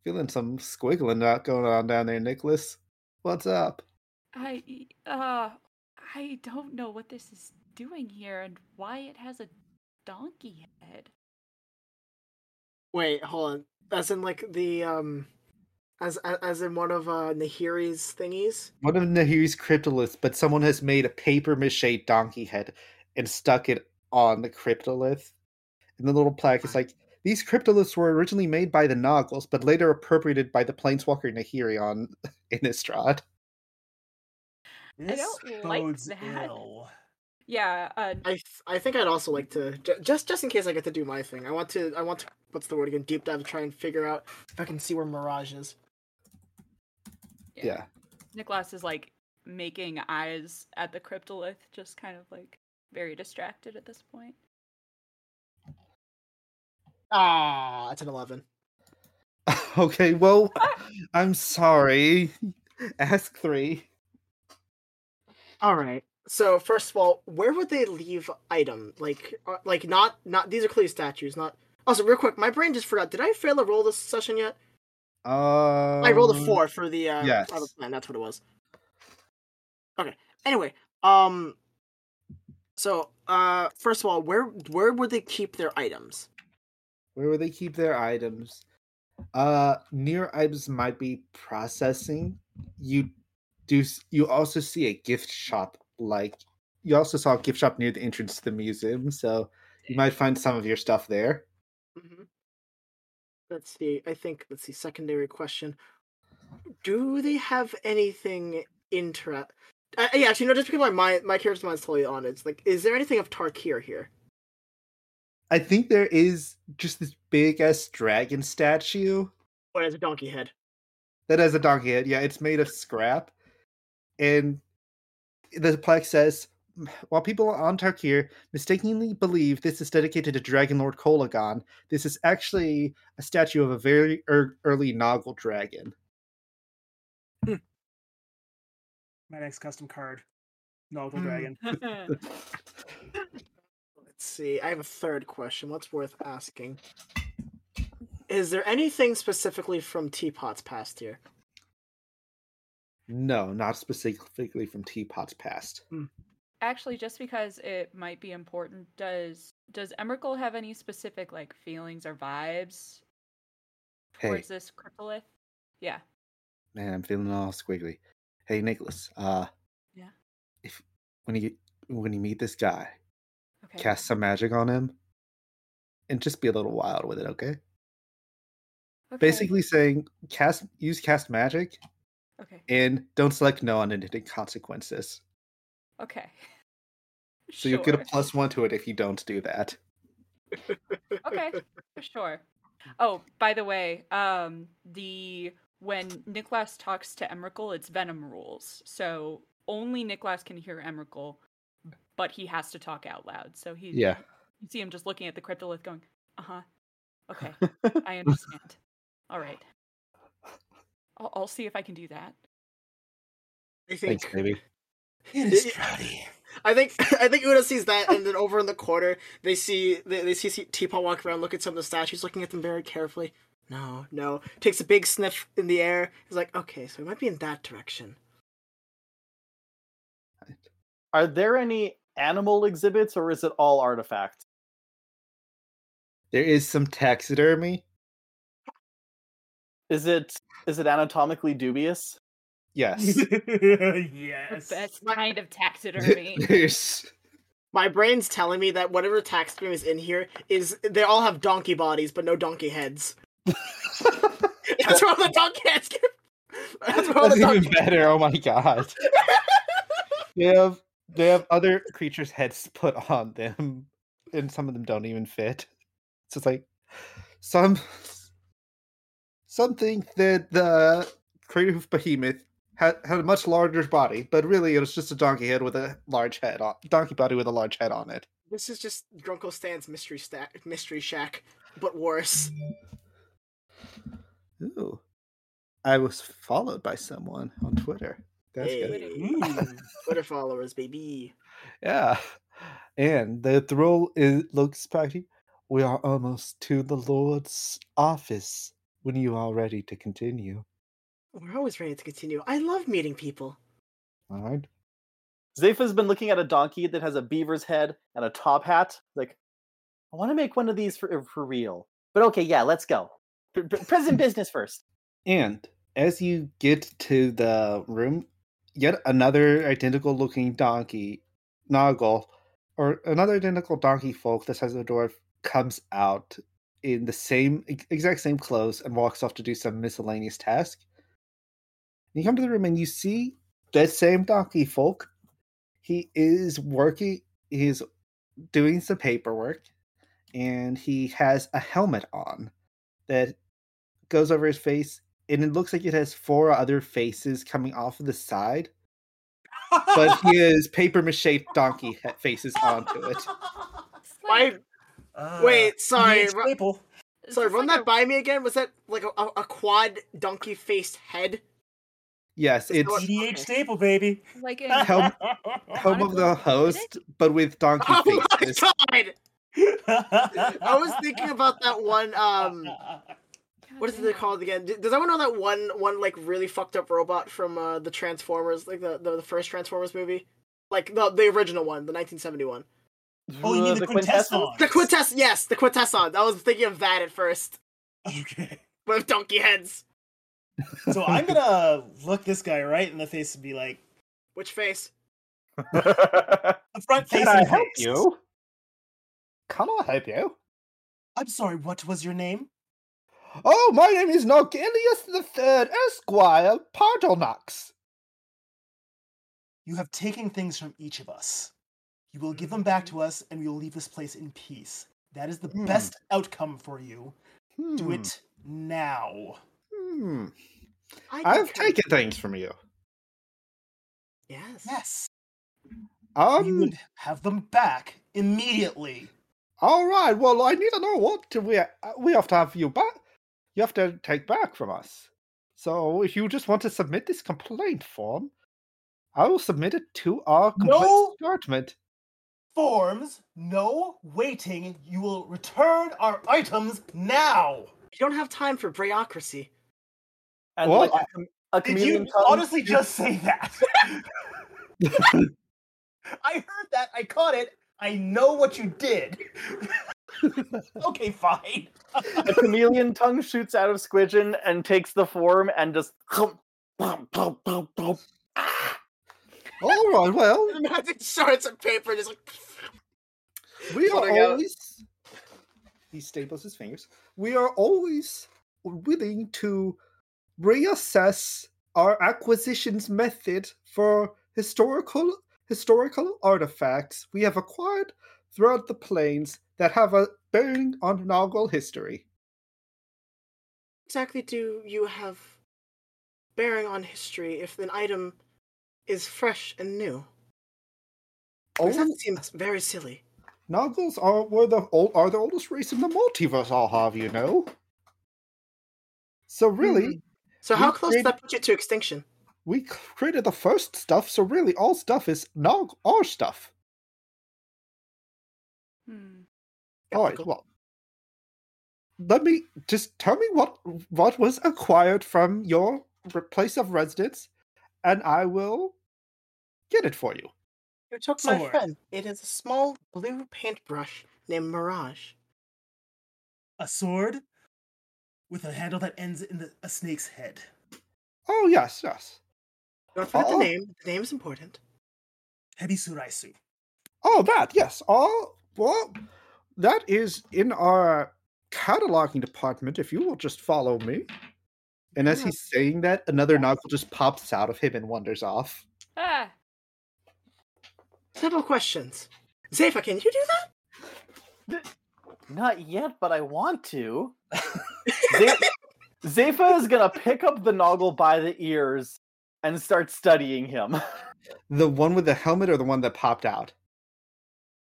A: feeling some squiggling out going on down there nicholas what's up
E: I uh I don't know what this is doing here and why it has a donkey head.
D: Wait, hold on. As in like the um as a- as in one of uh Nahiri's thingies?
A: one of Nahiri's cryptoliths, but someone has made a paper mache donkey head and stuck it on the cryptolith. And the little plaque is like, these cryptoliths were originally made by the Noggles, but later appropriated by the Planeswalker Nahiri on (laughs) Innistrad.
E: don't
G: this
E: like
G: bodes
E: that.
G: ill.
E: Yeah, uh
D: I th- I think I'd also like to ju- just just in case I get to do my thing. I want to I want to what's the word again? Deep dive to try and figure out if I can see where Mirage is.
A: Yeah. (laughs)
E: Nicholas is like making eyes at the cryptolith, just kind of like very distracted at this (laughs) point.
D: Ah, it's an eleven.
A: okay,
D: (laughs)
A: well, I'm sorry. Ask three.
D: All right. So first of all, where would they leave item? Like, uh, like not not these are clearly statues. Not also real quick. My brain just forgot. Did I fail a roll this session yet?
A: Um,
D: I rolled a four for the uh,
A: yes.
D: other plan. That's what it was. Okay. Anyway, um, so uh, first of all, where where would they keep their items?
A: Where would they keep their items? Uh, near items might be processing. You do. s- You also see a gift shop. Like you also saw a gift shop near the entrance to the museum, so you might find some of your stuff there.
D: Mm-hmm. Let's see. I think let's see. Secondary question: Do they have anything inter? Uh, yeah, actually, no. Just because my mind, my character's mind's totally on it. It's like, is there anything of Tarkir here?
A: I think there is just this big ass dragon statue
D: Or is a donkey head?
A: that has a donkey head. Yeah, it's made of scrap, and the plaque says. "M- While people on Tarkir mistakenly believe this is dedicated to Dragon Lord Kolagon, this is actually a statue of a very ear early Noggle dragon. (laughs)
G: My next custom card, Noggle
D: Hmm.
G: Dragon.
E: That's
D: Let's see. I have a third question. What's worth asking? Is there anything specifically from Teapot's past year?
A: No, not specifically from Teapot's past.
E: Actually, just because it might be important, does does Emrakul have any specific like feelings or vibes
A: Hey.
E: towards this cryptolith? Yeah.
A: Man, I'm feeling all squiggly. Hey, Nicholas. Uh,
E: Yeah?
A: If when you when you meet this guy,
E: Okay.
A: cast some magic on him, and just be a little wild with it, okay?
E: Okay.
A: Basically saying cast use cast magic
E: Okay.
A: and don't select no on any consequences.
E: Okay. (laughs)
A: So you'll get a
E: Sure.
A: plus one to it if you don't do that.
D: (laughs)
E: okay sure oh by the way um the when Niklas talks to Emrakul it's venom rules so only Niklas can hear Emrakul but he has to talk out loud so he you see him just looking at the cryptolith going uh-huh
D: (laughs)
E: okay I understand all right I'll, I'll see if I can do that
D: I think
A: Thanks, baby.
G: It is (laughs) Trouty.
D: I think (laughs) I think Una sees that, and then over in the corner, they see they, they see Teapot walk around, look at some of the statues, looking at them very carefully. No, no. Takes a big sniff in the air. He's like, okay, so it might be in that direction.
B: Are there any animal exhibits or is it all artifacts?
A: There is some taxidermy.
B: Is it is it
A: (laughs)
B: anatomically dubious?
A: Yes. (laughs)
E: the
G: yes.
E: best kind of (laughs) taxidermy
A: There's
D: My brain's telling me that whatever taxidermy is in here is they all have donkey bodies, but no donkey heads. (laughs) That's where all the donkey heads. Get... (laughs) That's where all
A: That's
D: the donkey.
A: even better. Oh my god. (laughs) they have they have other creatures' heads (laughs) put on them, and some of them don't even fit. So it's like some some think that the creator of Behemoth had had a much larger body, but really it was just a donkey head with a large head on donkey body with a large head on it.
D: This is just Drunko Stan's mystery stack, mystery shack, but worse.
A: Ooh. I was followed by someone on Twitter. That's good.
E: good.
G: Mm.
D: Hey, Twitter followers, baby.
A: Yeah. (laughs) And the thrill is looks pretty. We are almost to the Lord's office when you are ready to continue.
D: We're always ready to continue. I love meeting people.
A: All right.
B: Zepha's been looking at a donkey that has a beaver's head and a top hat. Like, I want to make one of these for for real. But okay, yeah, let's go. Pr- pr- Present business first.
A: And as you get to the room, yet another identical looking donkey, Noggle, or another identical donkey folk that has a dwarf comes out in the same ex- exact same clothes and walks off to do some miscellaneous task. You come to the room and you see that same donkey folk. He is working, he is doing some paperwork, and he has a helmet on that goes over his face and it looks like it has four other faces coming off of the side, but he has paper mache donkey he- faces onto it.
E: It's
D: (laughs) Why?
E: like-
G: Uh,
D: Wait, sorry.
G: Ian
D: ru-
G: Staple.
E: it's
D: sorry,
E: just
D: run
E: like
D: that
E: a-
D: by me again. Was that like a, a quad donkey faced head?
A: Yes,
D: Is that
A: it's
D: what-
G: EDH
D: okay.
G: Staple, baby.
E: like in
A: Helm-
G: (laughs)
A: Home of the Host, but with donkey
D: Oh my
A: faces.
D: god!
A: (laughs)
D: I was thinking about that one. Um, (laughs) what is it
E: Goddamn.
D: called again? D- Does anyone know that one one like really fucked up robot from uh, the Transformers, like the, the the first Transformers movie, like the the original one, the 1971?
G: (laughs) Oh, you
B: Uh,
G: mean the, quintessence?
D: The Quintess, yes, the Quintesson. I was thinking of that at first,
G: Okay.
D: but with donkey heads.
G: So I'm gonna look this guy right in the face and be like,
D: Which face?
A: (laughs)
G: the front face.
A: Can I
G: and
A: help
G: face.
A: you? Can I help you?
G: I'm sorry. What was your name?
A: Oh, my name is Nogilius the Third Esquire Pardonax.
G: You have taken things from each of us. You will give them back to us, and we will leave this place in peace. That is the
A: Mm. Hmm.
G: best outcome for you. Do
A: Hmm,
G: it now.
A: hmm.
D: I
A: I've
D: think-
A: taken things from you.
D: Yes.
G: Yes. you
A: Um,
G: would have them back immediately.
A: All right. Well, I need to know what to- we uh, we have to have you back. You have to take back from us. So, if you just want to submit this complaint form, I will submit it to our complaint
G: No.
A: department.
G: forms. No waiting. You will return our items now.
D: You don't have time for (laughs) bureaucracy.
B: And
A: Well,
B: like a, com- a
G: Did
B: comedian
G: you
B: comes-
G: honestly just say
A: (laughs)
G: that? (laughs) I heard that. I caught it. I know what you did. (laughs) okay, fine.
B: a chameleon tongue shoots out of Squidgen and takes the form and just
A: All right, well,
D: The magic shards of paper just like
A: we are
D: Pulling out- (laughs)
A: always. He staples his fingers. We are always willing to reassess our acquisitions method for historical historical artifacts we have acquired throughout the plains that have a bearing on Noggle history.
D: exactly do you have bearing on history if an item is fresh and new? Because
A: Only
D: That seems very silly.
A: Noggles are were the old, are the oldest race in the multiverse. I'll have you know. So
D: Hmm.
A: really,
D: So how
A: We
D: close did
A: did-
D: that put you to extinction?
A: we created the first stuff, so really all stuff is now our stuff.
E: Hmm.
A: All right,
D: Skeptical.
A: well, let me just tell me what what was acquired from your re- place of residence, and I will get it for you.
D: You took my
G: Sword.
D: friend. It is a small blue paintbrush named Mirage.
G: A sword with a handle that ends in the, a snake's head.
A: Oh yes, yes.
D: Don't forget
A: Oh.
D: the name. The name is important.
G: Hebisuraisu.
A: Oh, that yes. All well, that is in our cataloging department. If you will just follow me. And as
D: Yeah.
A: he's saying that, another Noggle just pops out of him and wanders off.
E: Ah,
D: Simple questions. Zefa, can you do that?
B: not yet, but I want to. Ze- Zepha is gonna pick up the Noggle by the ears and start studying him. (laughs)
A: The one with the helmet or the one that popped out?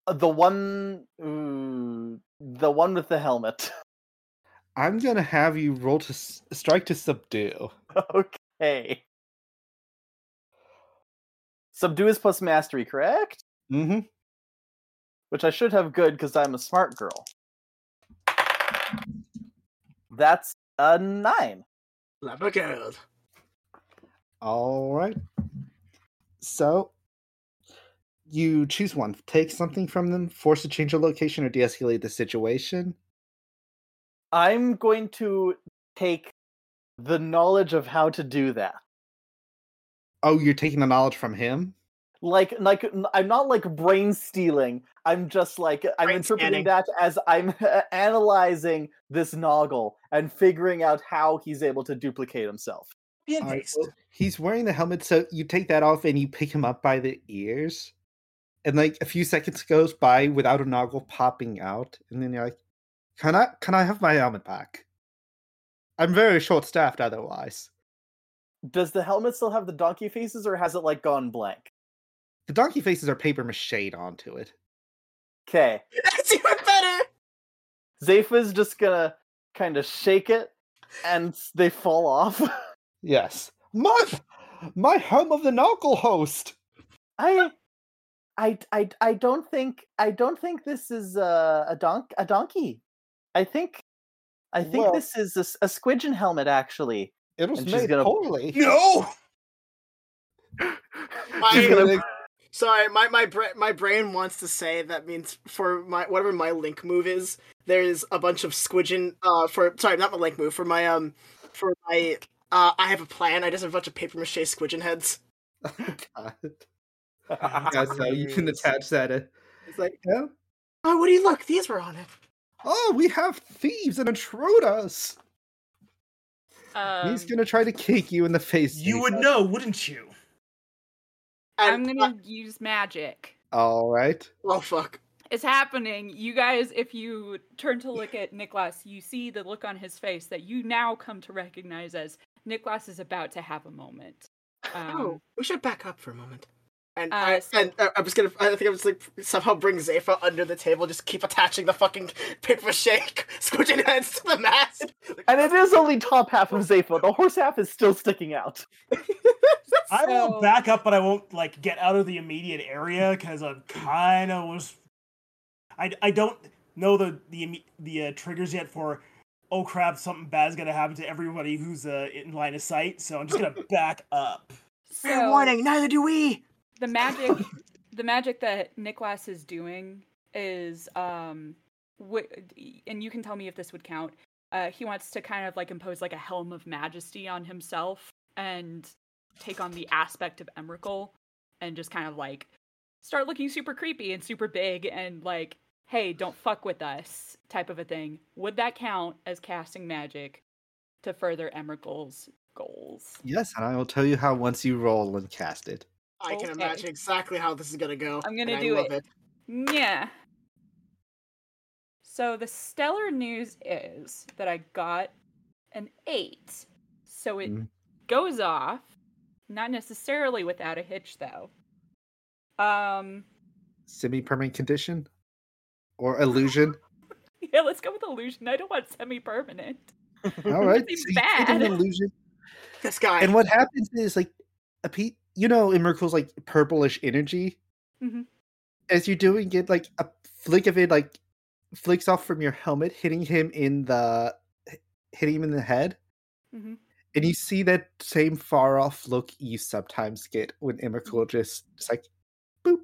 B: The one, ooh, the one with the helmet. (laughs)
A: I'm gonna have you roll to s- strike to subdue.
B: Okay. Subdue is plus mastery, correct?
A: Mm-hmm.
B: which I should have good because I'm a smart girl. That's a nine.
D: Labragold.
A: All right. So you choose one. Take something from them, force a change of location, or de-escalate the situation.
B: I'm going to take the knowledge of how to do that.
A: Oh, you're taking the knowledge from him.
B: Like, like n- I'm not like brain stealing. I'm just like I'm
D: Brain
B: interpreting
D: scanning.
B: that as I'm (laughs) analyzing this Noggle and figuring out how he's able to duplicate himself.
A: (laughs)
G: Be a
A: All right,
G: beast.
A: well, he's wearing the helmet, so you take that off and you pick him up by the ears. And like a few seconds goes by without a noggle popping out, and then you're like, "Can I? Can I have my helmet back? I'm very short-staffed otherwise."
B: Does the helmet still have the donkey faces, or has it like gone blank?
A: The donkey faces are paper mache onto it.
B: Okay,
D: (laughs) That's even better.
B: Zepha's just gonna kind of shake it, and s- they fall off. (laughs)
A: Yes, my my home of the noggle host.
B: I, I, I, I don't think I don't think this is a a donk a donkey. I think, I think
A: Well-
B: this is a, s- a squidgen helmet actually.
A: It was
B: And she's
A: made
B: gonna- (laughs)
A: poorly. (laughs)
G: No!
D: My,
A: (laughs)
B: She's gonna-
D: Sorry, my my bra- my brain wants to say that means for my whatever my link move is, there's a bunch of squidgen. Uh, for sorry, not my link move. For my um, for my uh, I have a plan. I just have a bunch of paper mache squidgen heads.
A: God. (laughs) Yeah, so you (laughs)
B: (laughs)
A: can
G: Hilarious.
A: attach that. uh,
D: It's like,
A: Yeah.
D: oh, what do you look? These were on it.
A: Oh, we have thieves and intruders.
E: um,
A: He's gonna try to kick you in the face.
G: You would
A: Lisa.
G: know, wouldn't you?
E: I'm
D: And, uh,
E: gonna use magic.
A: All right.
D: (laughs) oh fuck.
E: It's happening. You guys, if you turn to look at Niklas, you see the look on his face that you now come to recognize as Niklas is about to have a moment.
D: Oh,
E: Um,
D: we should back up for a moment. And
E: Uh,
D: I
E: so-
D: and uh, I'm just gonna. I think I'm just like somehow bring Zephyr under the table. Just keep attaching the fucking paper mache squidgen heads to the mask.
B: and it is only top half of Zepha. The horse half is still sticking out.
G: I will
E: So-
G: back up, but I won't like get out of the immediate area because I'm kind of was I, I don't know the the imme- the uh, triggers yet for oh crap something bad's gonna happen to everybody who's uh, in line of sight. So I'm just gonna back up.
D: Fair
E: So-
D: warning, neither do we.
E: the magic (laughs) the magic that Nicholas is doing is um wi- and you can tell me if this would count uh he wants to kind of like impose like a helm of majesty on himself and take on the aspect of Emrakul and just kind of like start looking super creepy and super big and like hey don't fuck with us type of a thing would that count as casting magic to further Emrakul's goals
A: Yes, and I will tell you how once you roll and cast it.
D: I can
E: Okay.
D: imagine exactly how this is gonna go.
E: I'm gonna
D: and I
E: do
D: love
E: it. Yeah. So the stellar news is that I got an eight. So it
A: Mm.
E: goes off. Not necessarily without a hitch though. Um (laughs)
A: Semi permanent condition or (laughs) illusion.
E: yeah, let's go with illusion. I don't want semi permanent.
A: All right.
E: Nothing
A: you get an
E: bad.
A: illusion
D: This guy.
A: And what happens is like a pe- you know, in Merkel's like purplish energy.
E: Mhm.
A: As you're doing it, like a flick of it like flicks off from your helmet, hitting him in the h- hitting him in the head.
E: Mhm.
A: And you see that same far off look you sometimes get when Emrakul just it's like boop.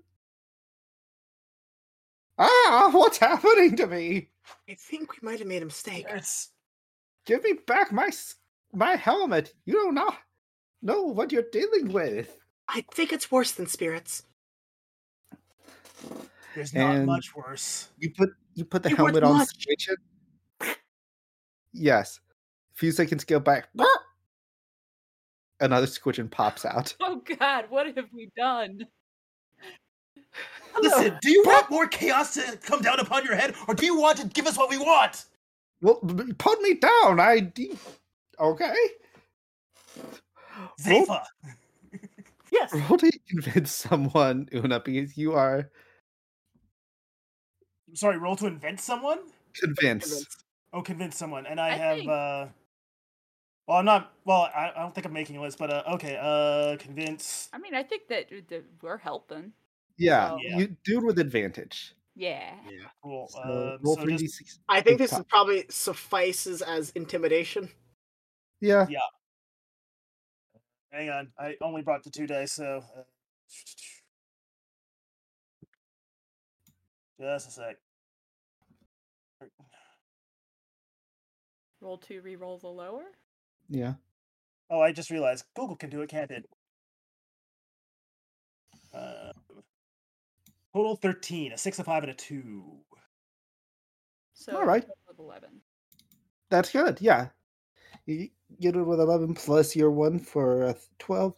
A: Ah, what's happening to me?
D: I think we might have made a mistake.
G: It's
A: Give me back my s- my helmet. You don't know know what you're dealing with.
D: I think it's worse than spirits.
G: there's not
A: And-
G: much worse.
A: You put you put the
D: It was
A: helmet on
D: much.
A: station. Yes. A few seconds go back. Another squidgen pops out.
E: (laughs) Oh god, what have we done?
G: Listen, do you want more chaos to come down upon your head, or do you want to give us what we want?
A: Well, b- b- put me down. I de- okay. Roll-
G: Zefa,
A: (laughs)
B: Yes.
A: Roll, to convince someone, Una, because you are
G: sorry, roll to invent someone.
A: convinced.
D: Convinced.
G: Oh, convince someone, and I,
E: I
G: have.
E: think-
G: uh Well, I'm not. Well, I, I don't think I'm making a list, but uh, okay. Uh, convince.
E: I mean I think that, uh, that we're helping.
A: Yeah,
E: Oh.
A: you do it with advantage.
E: Yeah.
G: Cool.
A: So
G: um,
A: roll
G: so
A: three
G: just-
A: d six.
D: I think
A: Big
D: this is
A: time.
D: probably suffices as intimidation.
A: Yeah,
G: Hang on, I only brought the two dice, so. Uh, just a sec.
E: Roll two, re-roll the lower.
A: yeah.
G: Oh, I just realized Google can do it, can't it? Uh, total 13, a 6, a 5, and a 2.
E: So
A: right.
E: total of eleven.
A: That's good. Yeah, you get it with eleven plus your one for uh, twelve,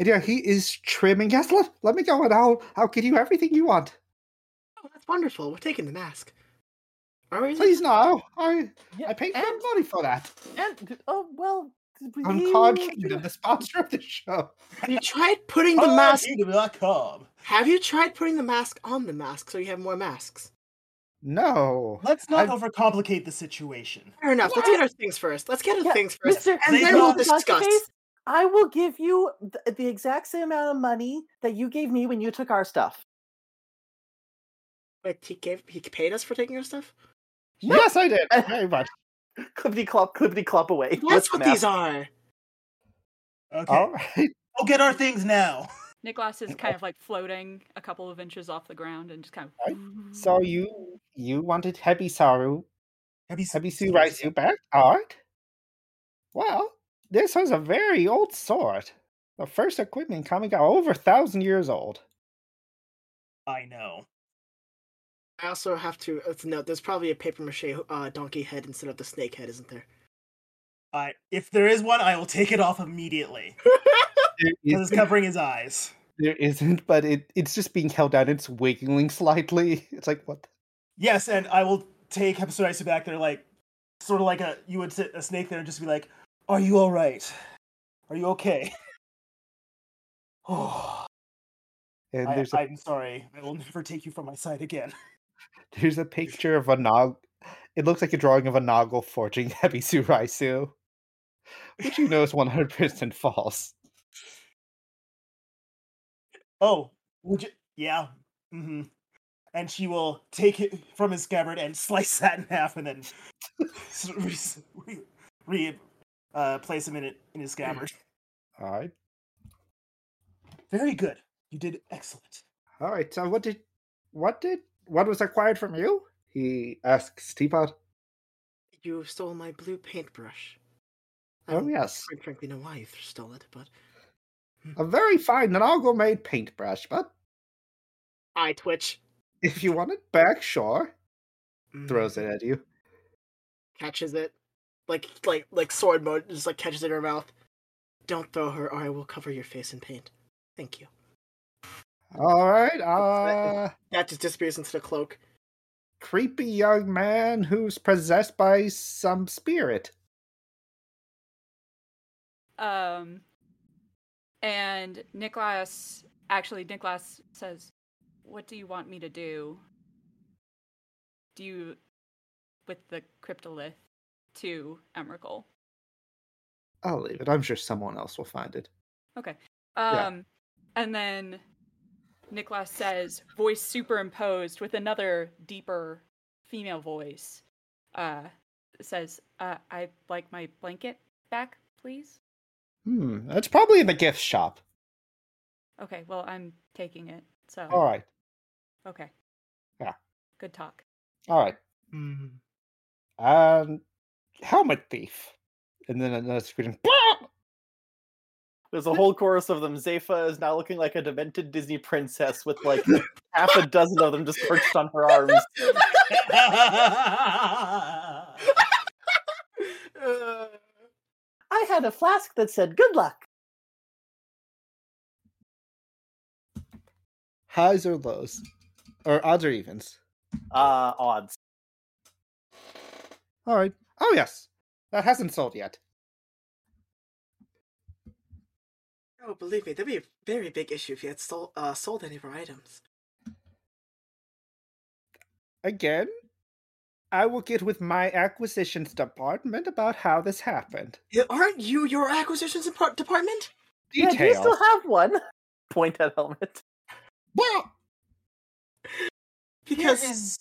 A: and yeah, he is trimming. Yes, let, let me go, and I'll I'll give you everything you want.
D: Oh, that's wonderful. We're taking the mask. Are we?
A: Please, no, I
B: Yeah,
A: I paid good
B: and-
A: money for that.
B: And oh well. we-
A: I'm Card Kingdom, the sponsor of the show.
D: Have you tried putting
A: Oh,
D: the mask?
G: Kingdom.com.
D: Have you tried putting the mask on the mask so you have more masks?
G: (laughs)
A: No,
G: Let's not
A: I-
G: overcomplicate the situation.
D: Fair enough. Let's
B: Yeah.
D: get our things first. Let's get our
B: Yeah,
D: things first,
B: Mr.
D: and
G: they
D: then we'll
G: don't-
D: discuss.
B: Fuckface, I will give you th- the exact same amount of money that you gave me when you took our stuff.
D: Wait, he gave he paid us for taking our stuff.
A: yes, I did very much.
B: Clippity clop, clippity clop away.
D: That's what these are.
G: Okay.
A: All right,
G: Go get our things now. (laughs)
E: Nicholas is kind of like floating a couple of inches off the ground and just kind of.
A: so you you wanted Happy Saru,
G: Happy,
A: Happy Sue Rice you back? All right. Well, this was a very old sword. The first equipment coming out over a thousand years old.
G: I know.
D: I also have to uh, note there's probably a paper mache uh, donkey head instead of the snake head, isn't there?
G: I, if there is one, I will take it off immediately.
A: There
G: Because it's
A: isn't,
G: covering his eyes.
A: there isn't but it, it's just being held down. It's wiggling (laughs) slightly. It's like, what?
G: Yes, and I will take Hepsodisa back there, like, sort of like a you would sit a snake there and just be like, "Are you all right? Are you okay?" (laughs) oh,
A: the-" And
G: I,
A: there's a
G: I'm sorry. I will never take you from my side again. (laughs)
A: there's a picture of a nog. It looks like a drawing of a Noggle forging (laughs) Happy Sue Raisu, which you know is 100% false.
G: Oh, would you? Yeah. Mm-hmm. and she will take it from his scabbard and slice that in half, and then (laughs) re, re, re- uh, place him in it in his scabbard.
A: (clears throat) All right.
G: Very good. You did excellent.
A: All right. So what did, what did, what was acquired from you? He asks Teapot.
D: You stole my blue paintbrush. I
A: Oh
D: don't
A: yes,
D: quite frankly know why you stole it, but
A: a very fine Nalgo-made paintbrush. But
D: I twitch.
A: if you want it back, sure.
D: Mm.
A: Throws it at you.
D: catches it, like like like sword mode, just like catches it in her mouth. Don't throw her, or I will cover your face in paint. Thank you.
A: All (laughs) right. Uh,
D: That just disappears into the cloak.
A: creepy young man who's possessed by some spirit.
E: Um, and Nicholas actually Nicholas says, "What do you want me to do? Do you with the cryptolith to Emrakul?"
A: I'll leave it. I'm sure someone else will find it. Yeah.
E: Um, and then Nicholas says, voice superimposed with another deeper female voice, uh, says, uh, "I'd like my blanket back, please."
A: Hmm. It's probably in the gift shop.
E: Okay, well, I'm taking it. So
A: All right.
E: okay,
A: Yeah.
E: good talk.
A: All right. And helmet thief. And then another screaming. "Bwah!"
B: There's a whole chorus of them. Zepha is now looking like a demented Disney princess with like half a dozen of them just perched on her arms.
D: (laughs)
G: Mm-hmm. (laughs)
D: Uh,
B: (laughs) I had a flask that said good luck.
A: Highs or lows, or odds or evens.
B: Uh odds.
A: All right. Oh yes, that hasn't sold yet.
D: oh, believe me, that'd be a very big issue if you had sold uh, sold any of our items.
A: Again, I will get with my acquisitions department about how this happened.
D: Yeah, Eh, Aren't you your acquisitions depart- department?
B: Yeah,
A: Details.
B: do you still have one? (laughs) Point at helmet.
A: Bwah!
D: Because
G: Here is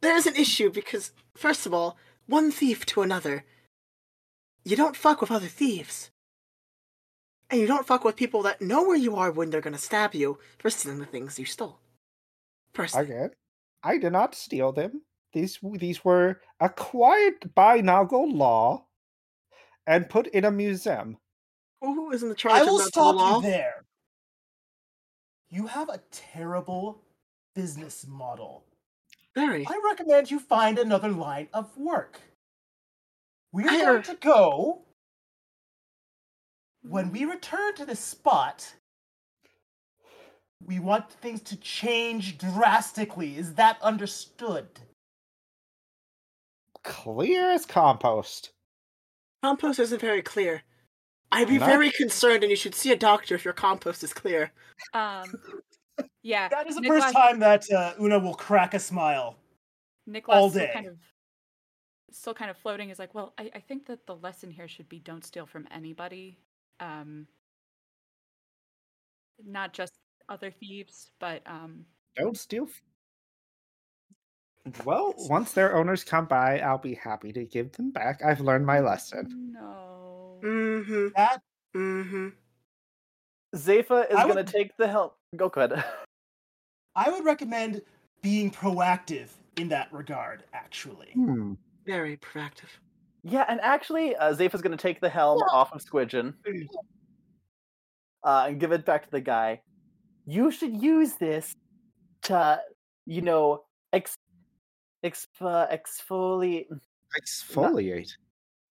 D: there is an issue. Because first of all, one thief to another. You don't fuck with other thieves. And you don't fuck with people that know where you are when they're gonna stab you for stealing the things you stole. Personally.
A: Again, I did not steal them. These w- these were acquired by Nago law and put in a museum.
D: Who is in the charge
G: I
D: of
G: will
D: Nago
G: stop
D: law?
G: you there. You have a terrible business model.
D: Very.
G: I recommend you find another line of work. We're
D: I
G: going
D: ar-
G: to go. When we return to this spot, we want things to change drastically. Is that understood?
A: Clear as compost.
D: Compost isn't very clear. I'd be
A: Not-
D: very concerned, and you should see a doctor if your compost is clear.
G: (laughs)
E: Um, yeah,
G: That is the
E: Nicholas-
G: first time that uh, Una will crack a smile.
E: Nicholas
G: all
E: still
G: day.
E: kind of still kind of floating is like, well, I, I think that the lesson here should be don't steal from anybody. Um not just other thieves, but um
A: Don't steal. f- Well, once their owners come by, I'll be happy to give them back. I've learned my lesson.
E: no.
G: Mm.
D: Mm-hmm.
G: That
D: Mm-hmm.
B: Zepha is
G: I
B: gonna
G: would-
B: take the help. Go ahead. (laughs)
G: I would recommend being proactive in that regard, actually.
A: Hmm.
D: Very proactive.
B: Yeah, and actually, uh, Zeph is going to take the helm off of Squidgen uh, and give it back to the guy. You should use this to, you know, ex, ex, uh, exfoliate,
A: Exfoliate.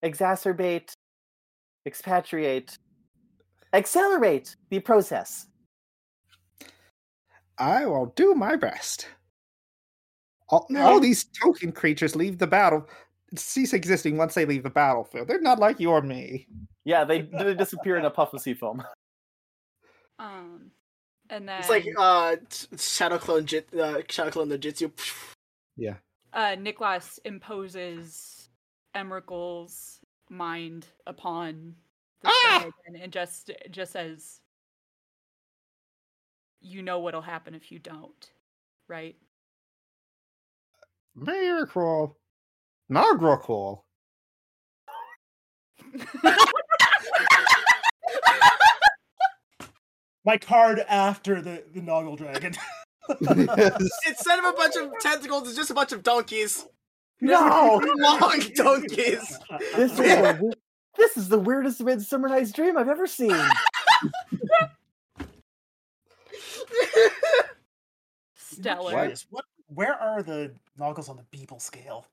B: exacerbate, expatriate, accelerate the process.
A: I will do my best. All,
D: No.
A: all these token creatures leave the battle, cease existing once they leave the battlefield. They're not like you or me.
B: Yeah, they, they disappear in a puff of sea foam.
E: Um and then
D: It's like uh, t- shadow clone, jit- uh, shadow clone the jitsu. (laughs)
E: uh Nicholas imposes Emrakul's mind upon the
A: Ah!
E: dragon and just just says you know what'll happen if you don't, right?
A: Miracle. (laughs) Nagraquil.
G: My card after the, the Noggle Dragon.
D: Instead of a bunch of tentacles, it's just a bunch of donkeys.
B: (laughs) No,
D: Long donkeys.
B: (laughs)
D: (laughs)
B: this is the, we- this is the weirdest Midsummer Night's Dream I've ever seen.
E: Stellar.
A: What?
G: What, where are the Noggles on the Beeple scale?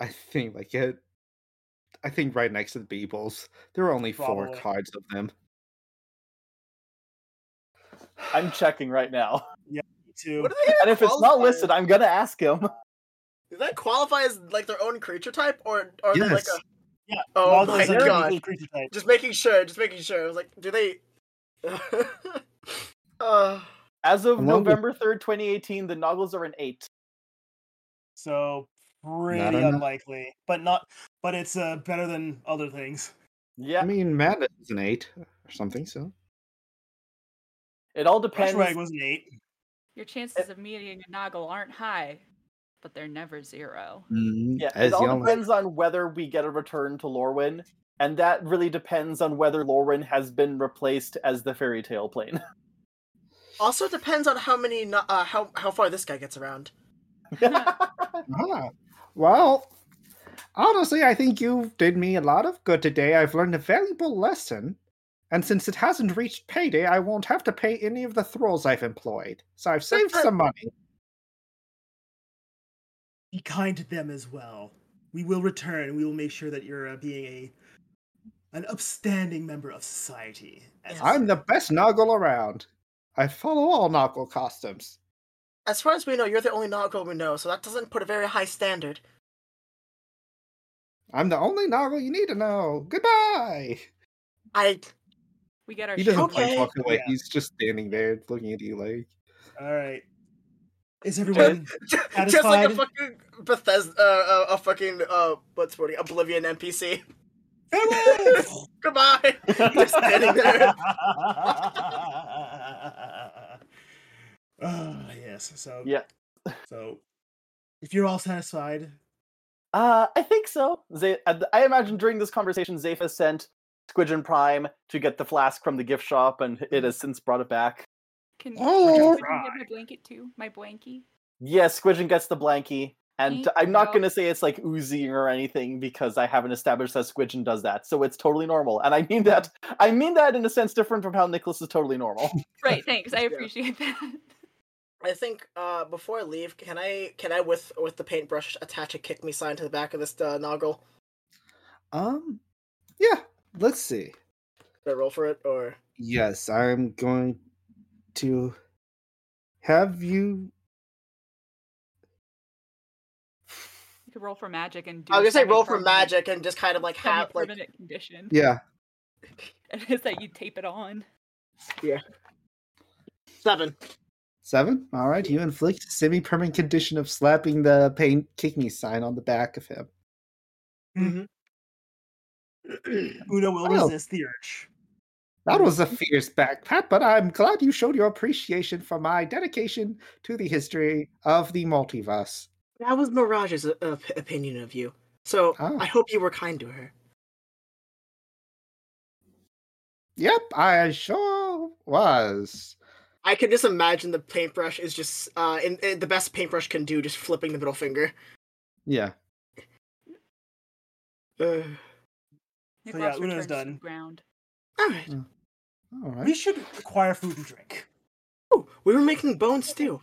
A: I think like it. I think right next to the Beebles. There are only four
G: Probably.
A: cards of them.
B: I'm checking right (laughs) now,
G: Two.
D: What do they even
B: and if it's
D: qualify
B: not
D: as?
B: listed, I'm gonna ask him.
D: Does that qualify as like their own creature type, or or they're like
A: Yes.
D: a?
G: Yeah,
D: Oh
G: Noggles
D: my
G: are the
D: god!
G: Beeple creature type.
D: Just making sure. Just making sure. I was like, do they? (laughs) uh,
B: As of
A: Along with-
B: November 3rd, 2018, the Noggles are an 8.
G: So pretty
A: enough.
G: unlikely, but not. But it's uh, better than other things.
B: Yeah,
A: I mean, Madness is an eight or something. So
B: it all
G: Patch
B: depends.
G: Rag was an eight.
E: Your chances of meeting a Noggle aren't high, but they're never zero.
B: Yeah,
A: Mm, as
B: it all
A: young,
B: depends on whether we get a return to Lorwyn, and that really depends on whether Lorwyn has been replaced as the fairy tale (laughs) plane.
D: also depends on how many no- uh, how how far this guy gets around.
A: Ah, well, honestly, I think you did me a lot of good today. I've learned a valuable lesson, and since it hasn't reached payday, I won't have to pay any of the thralls I've employed. So I've saved some money.
G: Be kind to them as well. We will return. We will make sure that you're uh, being a an upstanding member of society. As
D: Yes.
A: I'm the best Noggle around. I follow all Noggle costumes.
D: As far as we know, you're the only Noggle we know, so that doesn't put a very high standard.
A: I'm the only Noggle you need to know. Goodbye.
D: I (laughs)
E: We get our
A: He doesn't
E: shit
D: Okay.
A: like walking away.
G: Yeah.
A: He's just standing there looking at you like,
G: All right. Is (laughs) everyone?
D: just like a
G: Satisfied?
D: fucking Bethesda, uh, uh, a fucking uh, what's wording Oblivion NPC.
G: Farewell!
D: (laughs)
G: (laughs)
D: Goodbye. (laughs) Just standing there.
G: Ah, yes. So
B: Yeah.
G: So if you're all satisfied,
B: (laughs) Uh, I think so. Za- uh, I imagine during this conversation, Zephyr sent Squidgen Prime to get the flask from the gift shop, and it has since brought it back.
E: Can,
A: Oh,
E: can I get my blanket too? My blankie?
B: Yes, Squidgen gets the blankie, and
E: Thank
B: I'm not
E: you.
B: going to say it's like oozing or anything because I haven't established that Squidgen does that, so it's totally normal. And I mean that. I mean that in a sense different from how Nicholas is totally
D: (laughs)
B: normal.
E: Right, (laughs) thanks. I
D: Yeah.
E: appreciate that. (laughs)
D: I think uh, before I leave, can I can I with with the paintbrush attach a kick me sign to the back of this uh, Noggle?
A: um, yeah, let's see.
D: Did I roll for it or?
A: Yes, I'm going to have you.
E: You could roll for magic and do.
D: I
E: a
D: was gonna say roll for
E: semi-permanent-
D: magic and just kind of like have like
E: semi-permanent condition.
A: Yeah,
E: And (laughs) it's that you tape it on.
D: seven.
A: seven. All right, you inflict a semi permanent condition of slapping the pain kick me sign on the back of him.
G: Una hmm, will
A: Oh.
G: resist the urge.
A: That was a fierce backpack, but I'm glad you showed your appreciation for my dedication to the history of the multiverse.
D: That was Mirage's uh, op- opinion of you. So
A: Ah.
D: I hope you were kind to her.
A: Yep, I sure was.
D: I can just imagine the paintbrush is just uh, in, in the best paintbrush can do, just flipping the middle finger.
A: Yeah.
D: Uh,
G: So
E: Nicholas
G: yeah, Una's
E: returns to
G: done.
E: the ground.
D: all right.
A: All (laughs)
G: We
A: right.
G: should acquire food and drink.
D: Ooh, we were making bone stew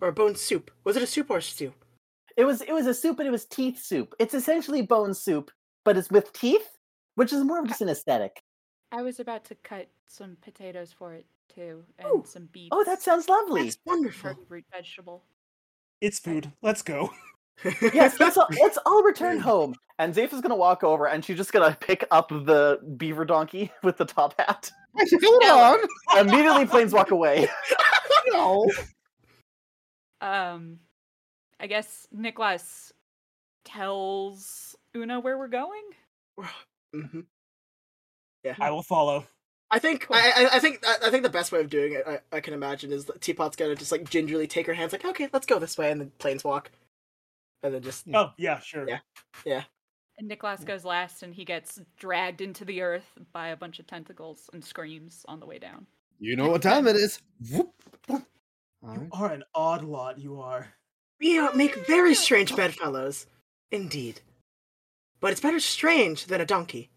D: or bone soup. Was it a soup or a stew?
B: It was it was a soup, but it was teeth soup. It's essentially bone soup, but it's with teeth, which is more of just an aesthetic.
E: I was about to cut some potatoes for it too, and
D: Ooh.
E: some beets.
B: Oh, that sounds lovely.
D: That's wonderful.
E: Hardy root vegetable.
G: It's food. Let's go.
D: (laughs)
B: yes, let's all, let's all return home. And Zephyr's gonna walk over, and she's just gonna pick up the beaver donkey (laughs) with the top hat.
A: Hold on.
B: Immediately, planes
D: (laughs)
B: walk away.
A: No.
E: Um, I guess Nicholas tells Una where we're going.
D: Mhm.
G: I will follow.
D: I think I, I, I think I I think the best way of doing it I, I can imagine is that Teapot's gonna just like gingerly take her hands like okay let's go this way and then planes walk, and then just
G: Oh yeah, sure.
D: Yeah.
E: And Niklas goes last, and he gets dragged into the earth by a bunch of tentacles and screams on the way down.
A: You know what time it is. Whoop. All
G: You
A: right.
G: are an odd lot. You are.
D: we are- make very strange bedfellows, indeed. But it's better strange than a donkey.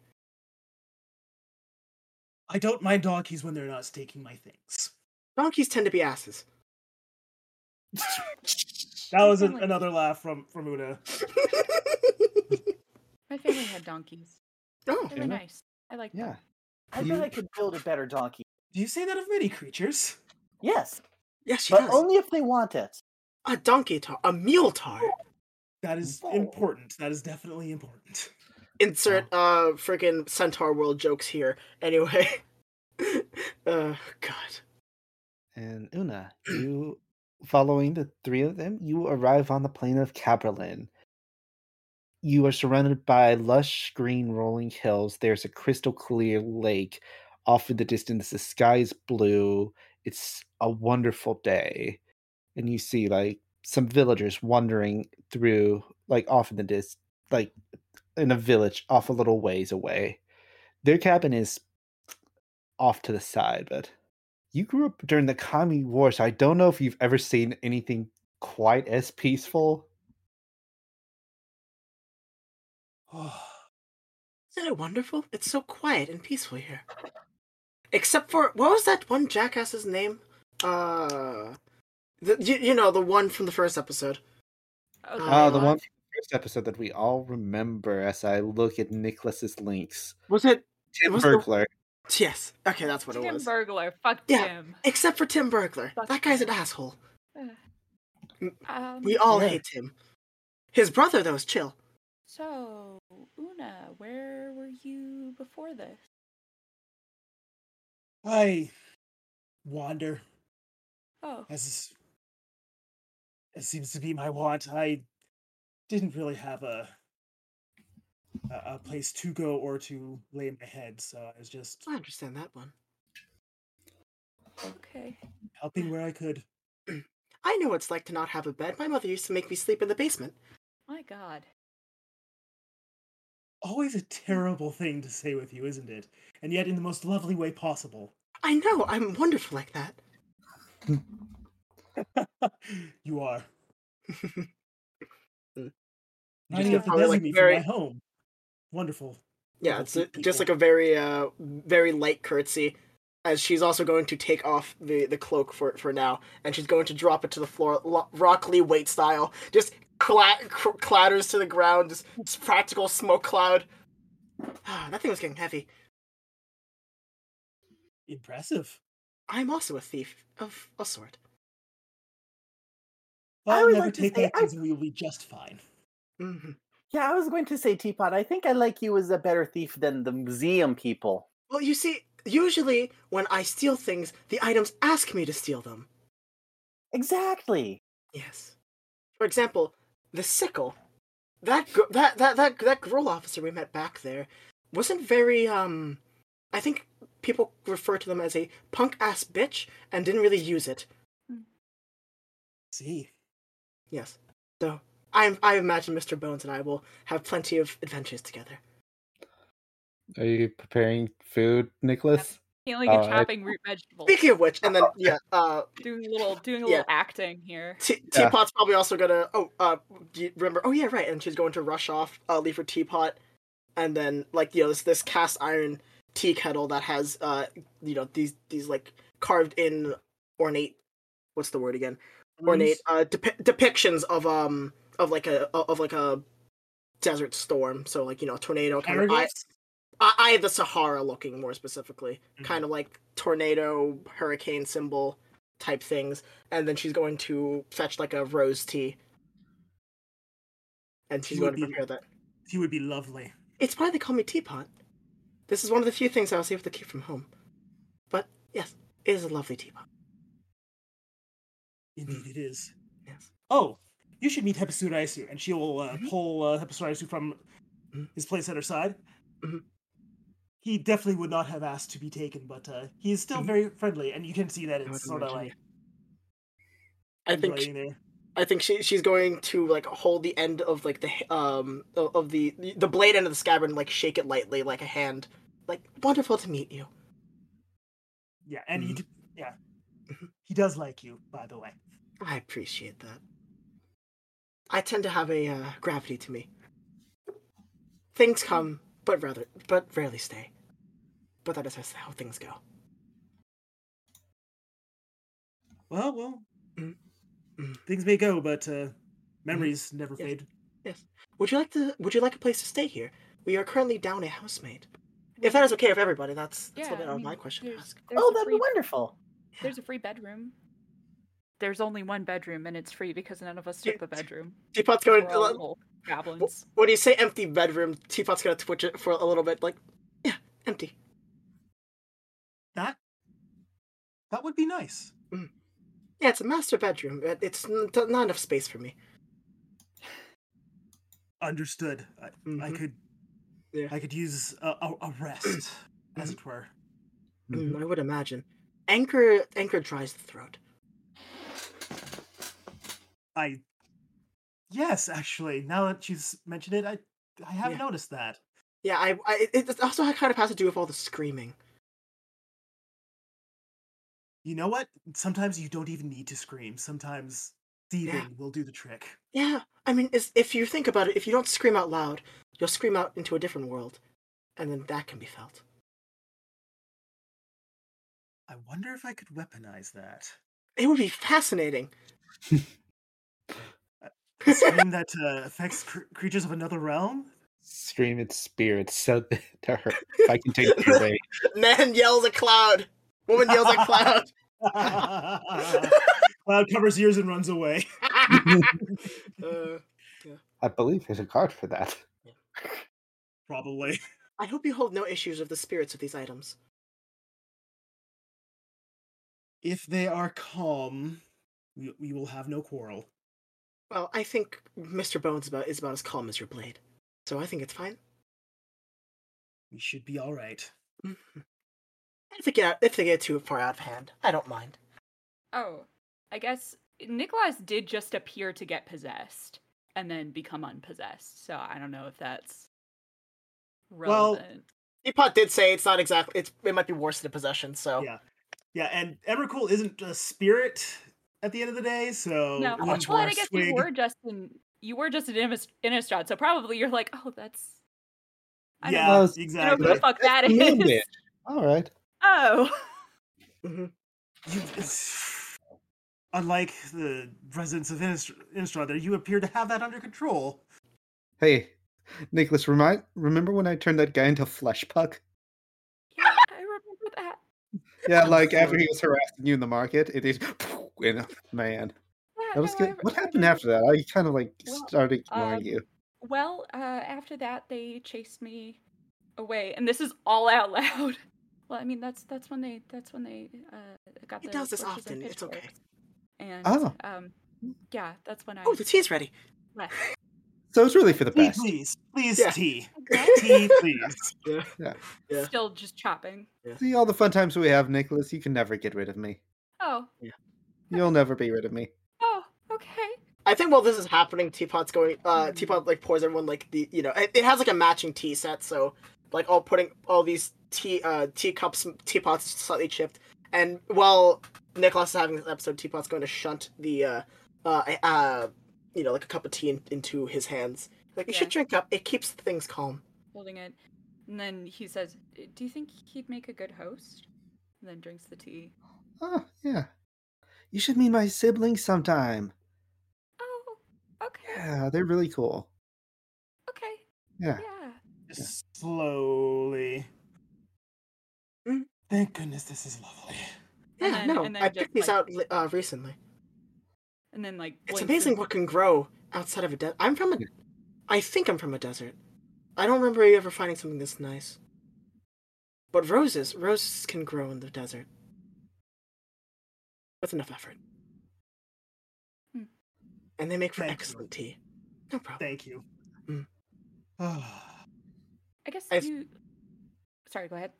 G: I don't mind donkeys when they're not staking my things.
D: Donkeys tend to be asses. (laughs)
G: That was an
E: Something like-
G: another laugh from from Una.
E: My family had donkeys.
D: oh,
E: They were
A: Yeah.
E: nice. I like
A: Yeah.
E: them.
B: I
A: You-
B: bet I could build a better donkey.
G: Do you say that of many creatures?
B: Yes,
D: yes, she
B: but
D: does.
B: only if they want it.
D: A donkey tar, a mule tar.
G: That is important. That is definitely important.
D: Insert
B: Oh.
D: uh freaking centaur world jokes here. Anyway, (laughs) uh God,
A: And Una, you following the three of them, you arrive on the plain of Caberlin. You are surrounded by lush green rolling hills. There's a crystal clear lake off in the distance. The sky is blue. It's a wonderful day. And you see like some villagers wandering through like off in the dis like in a village off a little ways away. Their cabin is off to the side, but you grew up during the commie war so i don't know if you've ever seen anything quite as peaceful
D: isn't it wonderful? It's so quiet and peaceful here. Except for what was that one jackass's name? Uh, the, you, you know the one from the first episode.
E: Oh,
D: Oh,
A: oh the
D: Right.
A: one from the first episode that we all remember as i look at nicholas's links
D: Was it?
A: tim
D: was the-
A: burglar
D: Yes. Okay, that's what it
E: Tim
D: was.
E: Burglar. Fuck
D: Yeah.
E: Tim.
D: Except for Tim Burglar.
E: Fuck
D: That guy's an
E: Tim.
D: asshole.
E: Um,
D: We all
G: Yeah.
D: hate him. His brother though is chill.
E: So, Una, where were you before this?
G: I wander (laughs)
E: Oh,
G: as is- as seems to be my want. I didn't really have a a, a place to go or to lay my head, so I was just
D: I understand that one.
E: okay.
G: helping where I could.
D: I know what it's like to not have a bed. My mother used to make me sleep in the basement.
E: My God.
G: Always a terrible thing to say with you, isn't it? And yet, in the most lovely way possible.
D: I know, I'm wonderful like that.
G: you are.
D: (laughs) You
G: Running
D: get
G: up the
D: probably, like,
G: Nezumi
D: very-
G: from my home. Wonderful.
D: Yeah,
G: Little
D: it's a,
G: feet
D: just like
G: people.
D: a very, uh, very light curtsy, as she's also going to take off the, the cloak for for now, and she's going to drop it to the floor, lo- Rock Lee weight style, just cla- cr- clatters to the ground, just, just practical smoke cloud. Ah, that thing was getting heavy.
G: Impressive.
D: I'm also a thief of a sort.
B: I
G: I'll
B: would
G: never
B: like to
G: take
B: say I-
G: lessons, and we will be just fine.
D: hmm
B: Yeah, I was going to say Teapot. I think I like you as a better thief than the museum people.
D: Well, you see, usually when I steal things, the items ask me to steal them.
B: Exactly.
D: Yes. For example, the sickle. That gr- that that that that girl officer we met back there wasn't very um. I think people refer to them as a punk ass bitch and didn't really use it.
G: See,
D: Yes. So I I imagine Mr. Bones and I will have plenty of adventures together.
A: are you preparing food nicholas
E: Feeling and
A: Oh, I-
E: chopping root vegetables.
D: Speaking of which, and then yeah, uh,
E: Doing a little, doing a
D: Yeah.
E: little acting here.
D: T-
A: Yeah.
D: Teapot's probably also gonna. Oh, uh, do you remember? Oh yeah, right. And she's going to rush off, uh, leave her teapot, and then like you know this this cast iron tea kettle that has uh you know these these like carved in ornate. What's the word again? Ornate uh depi- depictions of um of like a of like a desert storm. So like you know tornado kind of eye,
G: paragraphs.
D: eye eye of the Sahara looking more specifically,
G: Mm-hmm.
D: kind of like tornado hurricane symbol type things and then she's going to fetch like a rose tea. And she's
G: You would
D: going to
G: be-
D: prepare that.
G: He would be lovely.
D: It's why they call me Teapot. This is one of the few things I was able to keep from home. But yes, it is a lovely teapot. Hmm.
G: Indeed, it is.
D: Yes.
G: Oh, you should meet Hepisuraisu, and she will uh,
D: Mhm.
G: pull uh, Hepisuraisu from
D: Mhm.
G: his place at her side.
D: Mhm.
G: he definitely would not have asked to be taken, but uh, he is still
D: Mhm.
G: very friendly, and you can see that
D: would
G: it's sort of
D: imagine,
G: like
D: I think
G: underwriting there.
D: I think she she's going to like hold the end of like the h- um o- of the the blade end of the scabbard and like shake it lightly like a hand. Like wonderful to meet you.
G: Yeah, and he
D: Mhm.
G: d- yeah,
D: Mhm.
G: he does like you, by the way.
D: I appreciate that. I tend to have a uh, gravity to me. Things come, but rather but rarely stay. But that is just how things go.
G: Well,
D: (clears throat)
G: well,
D: Mm. Mm.
G: things may go, but uh, memories never
D: Yeah.
G: fade.
D: Would you like to would you like a place to stay here? We are currently down a housemaid. If that is okay with everybody, that's that's
E: Yeah,
D: a bit
E: I
D: of
E: mean,
D: my question to
E: there's-
D: ask.
E: there's
B: Oh,
E: a
B: that'd be
E: free-
B: wonderful.
E: There's a free bedroom. There's only one bedroom, and it's free because none of us took the bedroom.
D: Teapot's
E: We're
D: going
E: all little goblins.
D: When you say empty bedroom, Teapot's gonna twitch it for a little bit, like, yeah, empty.
G: That that would be nice.
D: Yeah, it's a master bedroom. but It's n- t- not enough space for me.
G: Understood. I, I
D: Mhm.
G: could
D: Yeah. Mm-hmm.
G: I could use a, a, a
D: (clears throat)
G: rest, as it were.
D: Mm, I would imagine. Anchor, anchor dries the throat.
G: I yes, actually, now that you've s- mentioned it, I I have
D: Yeah.
G: noticed that.
D: Yeah, I, I it it also kind of has to do with all the screaming.
G: You know what? Sometimes you don't even need to scream. Sometimes thieving will do the trick.
D: Yeah, I mean, it's, if you think about it, if you don't scream out loud, you'll scream out into a different world, and then that can be felt.
G: I wonder if I could weaponize that.
D: It would be fascinating.
G: Scream that uh, affects cr- creatures of another realm. (laughs)
A: Scream its spirits so (laughs) to her. If I (laughs) can take it away.
D: (laughs) Man yells at cloud. Woman yells at (laughs) cloud.
G: Cloud covers ears and runs away.
D: Uh,
A: I believe there's a card for that.
G: Probably.
D: I hope you hold no issues of the spirits of these items.
G: If they are calm, we, we will have no quarrel.
D: Well, I think Mr. Bones about is about as calm as your blade, so I think it's fine.
G: We should be all right.
D: If they get out, if they get too far out of hand, I don't mind.
E: Oh, I guess Nicholas did just appear to get possessed and then become unpossessed. So I don't know if that's
G: Well,
E: relevant.
D: Teapot did say it's not exactly. It's, it might be worse than a possession. So
G: Yeah. Yeah, and Emrakul isn't a spirit at the end of the day, so
E: no,
G: one
E: well,
D: much
E: and I
G: more
E: guess
G: swig-
E: you were just in you were just an Innis- Innistrad, so probably you're like, oh, that's I don't
G: yeah,
E: know.
A: know.
E: I don't know
G: exactly.
E: what the fuck that
A: That's the
E: is. (laughs)
A: mandate. All right.
E: Oh, (laughs)
G: You- unlike the residents of Innistrad, Innistrad, there you appear to have that under control.
A: Hey, Nicholas, remind remember when I turned that guy into a flesh puck?
E: yeah, I remember that.
A: Yeah, like after he was harassing you in the market, it is. (laughs) And, man,
E: Yeah,
A: that was
E: no,
A: good.
E: I re-
A: What
E: I
A: happened
E: remember
A: after that? I kind of like
E: Well,
A: started ignoring
E: um,
A: you.
E: Well, uh, after that, they chased me away, and this is all out loud. (laughs) Well, I mean, that's that's when they that's when they uh, got
D: He
E: the
D: does this
E: torches and
D: often, it's okay.
E: pitchforks. And
A: Oh.
E: um, yeah, that's when I
D: oh, the tea's ready.
E: left.
A: So it's really for the
G: Tea, (laughs)
A: best.
G: please, please,
D: Yeah.
G: tea,
E: Okay.
G: tea, please.
D: Yeah. (laughs) Yeah.
E: Still just chopping.
A: See all the fun times we have, Nicholas. You can never get rid of me.
E: Oh,
A: You'll never be rid of me.
E: oh, okay.
D: I think while this is happening, Teapot's going. Uh, Teapot like pours everyone like the you know it, it has like a matching tea set, so like all putting all these tea uh tea cups teapots slightly chipped, and while Nicholas is having this episode, Teapot's going to shunt the uh uh I- uh you know like a cup of tea in, into his hands. Like you
E: Yeah.
D: should drink up. It keeps things calm.
E: Holding it, and then he says, "Do you think he'd make a good host?" And then drinks the tea.
A: Oh yeah. You should meet my siblings sometime.
E: Oh, okay,
A: Yeah, they're really cool.
E: okay,
A: Yeah.
E: yeah.
G: Just slowly.
D: Mm.
G: Thank goodness this is lovely.
D: Yeah,
E: And then-
D: no,
E: and then
D: I
E: just,
D: picked these
E: like-
D: out li- uh, recently.
E: And then like
D: It's
E: blinks and-
D: amazing what can grow outside of a desert. I'm from a,
A: Yeah.
D: I think I'm from a desert. I don't remember ever finding something this nice. But roses, roses can grow in the desert. With enough effort.
E: Hmm.
D: And they make for
G: Thank you.
D: excellent tea. No problem.
G: Thank you.
D: Mm.
G: Mm. Ah,
E: I guess
D: I've-
E: you. Sorry, go ahead.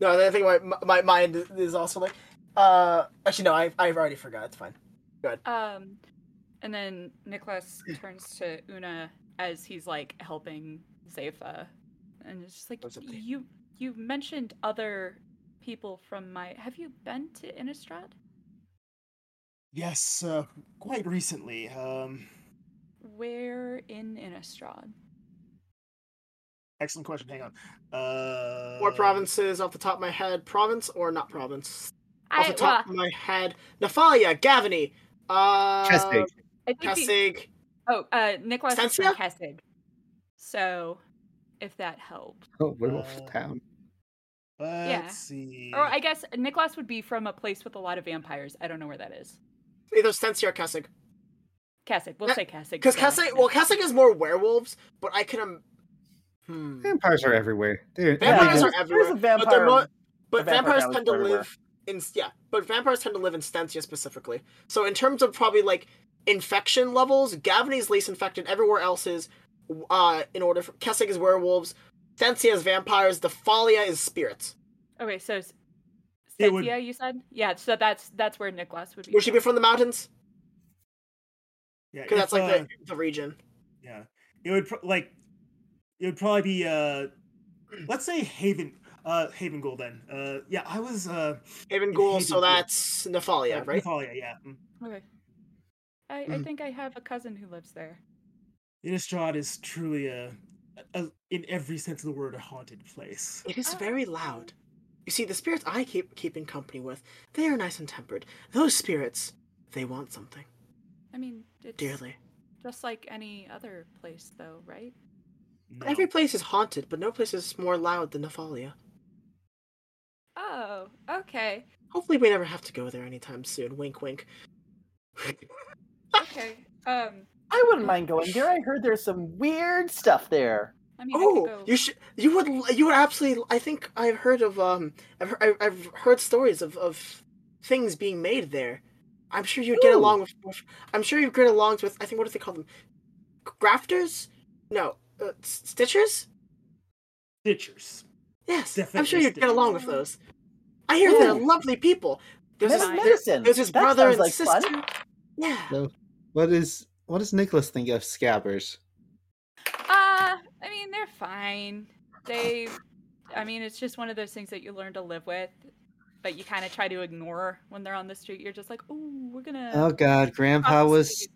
D: No, I think my my mind is also like, uh, actually no, I I've already forgot. It's fine.
E: Um, and then Nicholas
D: Hmm.
E: turns to Una as he's like helping Zepha, and it's just like
A: What's up, Zepha?
E: you you mentioned other people from my. Have you been to Innistrad?
G: Yes, uh, quite recently. Um,
E: Where in Innistrad?
G: excellent question. Hang on. Uh,
D: More provinces off the top of my head, province or not province? Off
E: I,
D: the top of my head, Nefalia, Gavany, uh,
A: Chestig.
E: I think the-
D: Kasig.
E: oh, uh, Nicholas is from
D: Sensia?
E: Kessid. So, if that helped,
A: (laughs) Oh, werewolf
G: Uh,
A: town.
G: Let's
E: Yeah.
G: see.
D: Hmm.
E: or I guess Nicholas would be from a place with a lot of vampires. I don't know where that is.
D: Either Sensi or Kasig.
E: Kessid. We'll
D: Uh,
E: say Kessid.
D: Because
E: for last
D: Kasig,
E: name.
D: well, Kasig is more werewolves, but I can. Um, hmm.
A: Vampires are everywhere. They're
D: Vampires
B: there's-
D: are
A: everywhere.
B: there's a
D: everywhere, but
B: vampire-
D: they're more, but
B: a vampire
D: vampires
B: that
D: tend to
B: lives everywhere.
D: live in yeah, but vampires tend to live in Stentia specifically. So in terms of probably like infection levels, Gavany's least infected. Everywhere else is, uh, in order for Kessig is werewolves, Stentia is vampires, Defalia is spirits.
E: Okay, so s-
G: It would-
E: Sensia, you said? Yeah, so that's that's where Nicholas would be.
D: Would she be
E: from.
D: from the mountains?
G: Yeah,
D: Because that's
G: if,
D: like
G: uh,
D: the, the region.
G: Yeah, it would pro- like it would probably
D: (clears throat)
G: be uh, let's say Haven, uh, Haven Gold then. Uh, yeah, I was uh,
D: Haven Ghoul, so
G: Haven Ghoul.
D: that's Nephalia,
G: uh,
D: Oh, right?
G: Nathalia, yeah. mm.
E: Okay. I, I
D: Mhm.
E: think I have a cousin who lives there.
G: Innistrad is truly a, a, in every sense of the word, a haunted place.
D: It is
E: Oh,
D: very
E: okay.
D: loud. You see, the spirits I keep keep in company with, they are nice and tempered. Those spirits, they want something
E: I mean, it's
D: dearly.
E: just like any other place, though, right?
G: No.
D: Every place is haunted, but no place is more loud than Nephalia.
E: Oh, okay.
D: (laughs) Hopefully, we never have to go there anytime soon. Wink, wink. (laughs)
E: Okay. Um,
B: I wouldn't mind going there. I heard there's some weird stuff there.
E: I mean, I
D: oh,
E: could go.
D: you should. You would. l- You would absolutely. I think I've heard of. Um, I've he- I've, I've heard stories of of things being made there. I'm sure you'd get
B: Ooh.
D: along with, with. I'm sure you'd get along with. I think what do they call them? Grafters? No, uh, s- stitchers.
G: Stitchers.
D: Yes, I'm
G: Definitely
D: sure you'd get
G: stitchers.
D: along with those. I hear they're
B: Ooh.
D: lovely people. There's
E: Medi-
D: his,
E: there-
B: medicine.
D: there's his
B: That
D: brother
B: sounds
D: and
B: like fun.
D: sister. Yeah.
A: What is what does Nicholas think of scabbers?
E: Uh, I mean, they're fine. They, I mean, it's just one of those things that you learn to live with, but you kind of try to ignore when they're on the street. You're just like, oh, we're gonna.
A: Oh God, Grandpa was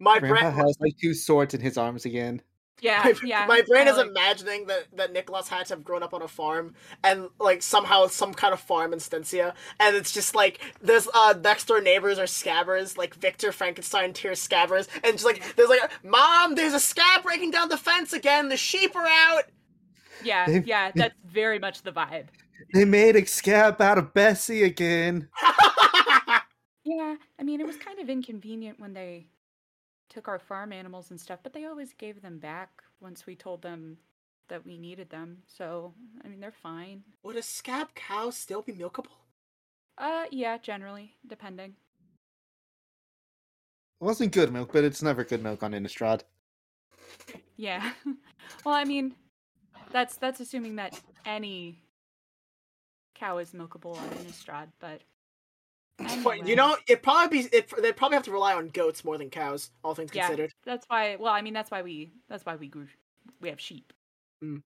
D: My
A: Grandpa
D: brand,
A: has like two swords in his arms again.
E: (laughs) Yeah,
D: my,
E: yeah.
D: my brain
E: I
D: is
E: like-
D: imagining that that Nicholas had to have grown up on a farm and like somehow it's some kind of farm in Stencia, and it's just like this uh next door neighbors are scabbers, like Victor Frankenstein tier scabbers, and just like there's like mom, there's a scab breaking down the fence again, the sheep are out. (laughs)
E: Yeah,
A: They've-
E: yeah. That's very much the vibe.
A: They made a scab out of Bessie again.
E: Yeah, I mean, it was kind of inconvenient when they took our farm animals and stuff, but they always gave them back once we told them that we needed them. So, I mean, they're fine.
D: Would a scab cow still be milkable?
E: Uh, yeah, generally, depending.
A: It wasn't good milk, but it's never good milk on Innistrad.
E: Yeah. (laughs) well, I mean, that's that's assuming that any cow is milkable on Innistrad, but
D: But
E: anyway,
D: you know, it probably be it, they'd probably have to rely on goats more than cows, all things
E: Yeah.
D: considered.
E: that's why. Well, I mean, that's why we that's why we grew we have sheep
D: Mm.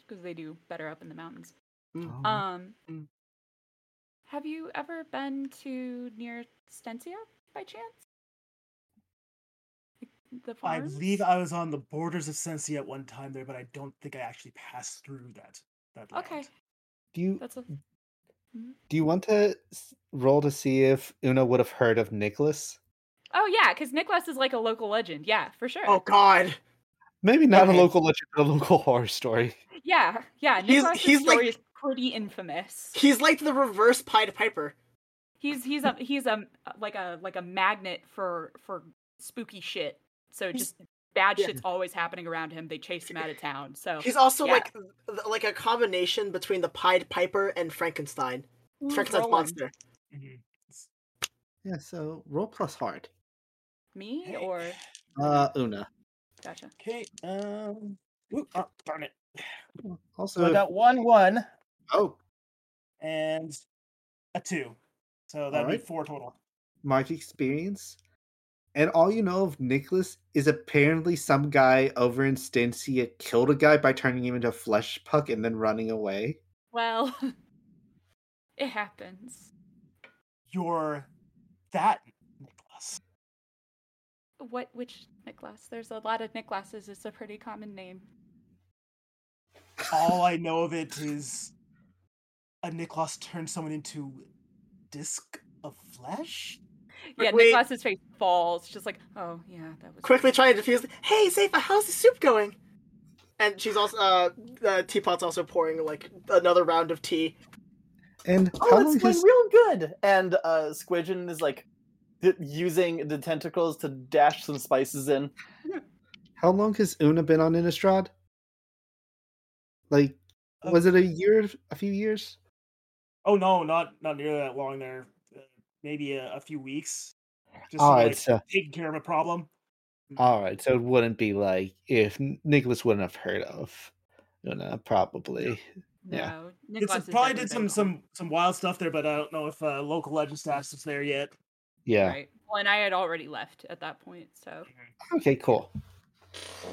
E: because they do better up in the mountains.
A: Oh,
E: Um,
D: Mm.
E: have you ever been to near Stentia by chance? Like, The
G: I
E: farm?
G: believe I was on the borders of Sensi at one time there, but I don't think I actually passed through that. that land.
E: Okay,
A: do you
E: that's a.
A: do you want to s- roll to see if Una would have heard of Nicholas?
E: Oh yeah, because Nicholas is like a local legend. Yeah, for sure.
D: Oh god.
A: Maybe not
D: Okay.
A: a local legend, but a local (laughs) horror story.
E: Yeah, yeah.
D: He's-
E: Nicholas'
D: he's like-
E: story is pretty infamous.
D: He's like the reverse Pied Piper.
E: He's he's a he's a like a like a magnet for for spooky shit. So
D: He's-
E: just bad
D: yeah.
E: shit's always happening around him. They chase him out of town. So
D: He's also
E: yeah.
D: like th- like a combination between the Pied Piper and Frankenstein.
E: Ooh,
D: Frankenstein's
E: Roland.
D: monster.
G: Mhm.
A: Yeah, so roll plus hard.
E: Me
G: Hey.
E: or
A: Uh, Una.
E: gotcha.
G: Okay. Um. Ooh, oh, darn it.
A: Also,
B: So I got one one.
A: Oh,
G: and a two. So that'd be
A: Alright.
G: four total.
A: March experience. And all you know of Nicholas is apparently some guy over in Stancia killed a guy by turning him into a flesh puck and then running away.
E: Well, (laughs) it happens.
G: You're that Nicholas.
E: What? Which Nicholas? There's a lot of Nicholases. It's a pretty common name.
G: All I know of it is a Nicholas turned someone into disc of flesh.
E: Yeah,
D: Wait.
E: Nicholas's face falls, just like, oh yeah, that was
D: Quickly trying to defuse. Hey, Zephyr, how's the soup going? And she's also uh, uh teapot's also pouring like another round of tea.
A: And how
B: Oh,
A: long
B: it's going
A: has-
B: real good. And uh, Squidgen is like d- using the tentacles to dash some spices in.
A: How long has Una been on Innistrad? Like,
G: Uh,
A: was it a year, a few years?
G: Oh no, not not nearly that long there. Uh, maybe a, a few weeks. Just
A: All
G: sort of,
A: right,
G: like,
A: so
G: taking care of a problem.
A: all right, so it wouldn't be like if N- Nicholas wouldn't have heard of Una, probably.
E: no.
A: yeah.
G: Did some,
E: Nicholas is
G: probably
E: definitely
G: did some
E: Nicholas,
G: some some wild stuff there, but I don't know if uh, local legend status is there yet.
A: Yeah.
E: Right. Well, and I had already left at that point, so
A: Okay, cool.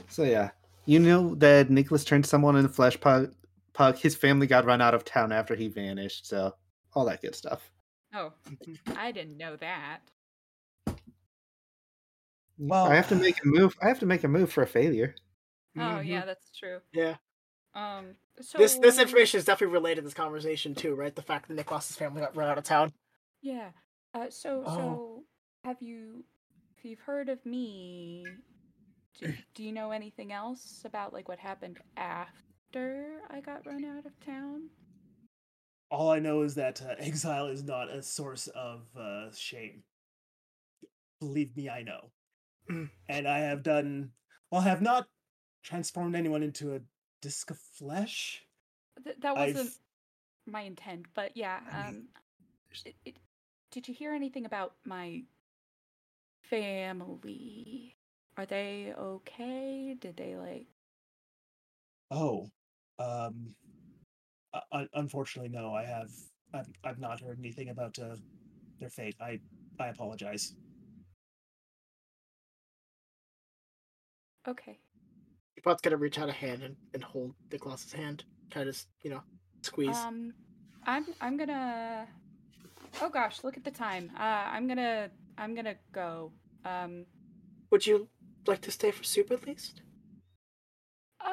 A: So yeah, you know that Nicholas turned someone into flesh puck. Puck. His family got run out of town after he vanished. So all that good stuff.
E: oh, I didn't know that.
G: Well-
A: I have to make a move. I have to make a move for a failure. (laughs)
E: Oh yeah, that's true.
D: Mm-hmm. Yeah.
E: Um. So
D: This this information is definitely related to this conversation too, right? The fact that Nicholas's family got run out of town.
E: Yeah. Uh, so
D: Oh.
E: so have you if you've heard of me?
D: (clears throat)
E: Do, do you know anything else about like what happened after I got run out of town?
G: All I know is that uh, exile is not a source of uh, shame. Believe me,
A: (clears throat)
G: I know.
D: Mm.
G: and I have done, well, I have not transformed anyone into a disc of flesh.
E: Th- that
G: I've-
E: wasn't my intent, but yeah. Um, it, it, did you hear anything about my family? Are they okay? Did they like?
G: Oh, um, uh, un- unfortunately, no, I have, I've, I've not heard anything about uh, their fate. I, I apologize.
E: Okay.
D: Teapot's gonna reach out a hand and, and hold Nicholas's hand. Kind of, you know, squeeze.
E: Um, I'm I'm gonna. Oh gosh, look at the time. Uh, I'm gonna I'm gonna go. Um.
D: Would you like to stay for soup at least?
E: Uh,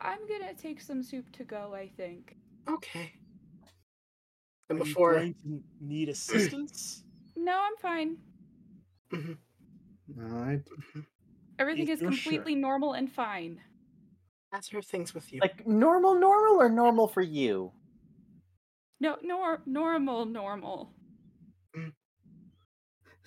E: I'm gonna take some soup to go. I think.
D: Okay. And
G: Are you
D: before
G: going to need assistance?
E: No, I'm fine.
A: All right.
E: Everything
G: If
E: is
G: you're sure.
E: completely normal and fine.
D: ask her things with (laughs) you.
B: Like normal, normal, or normal for you?
E: No, nor normal, normal.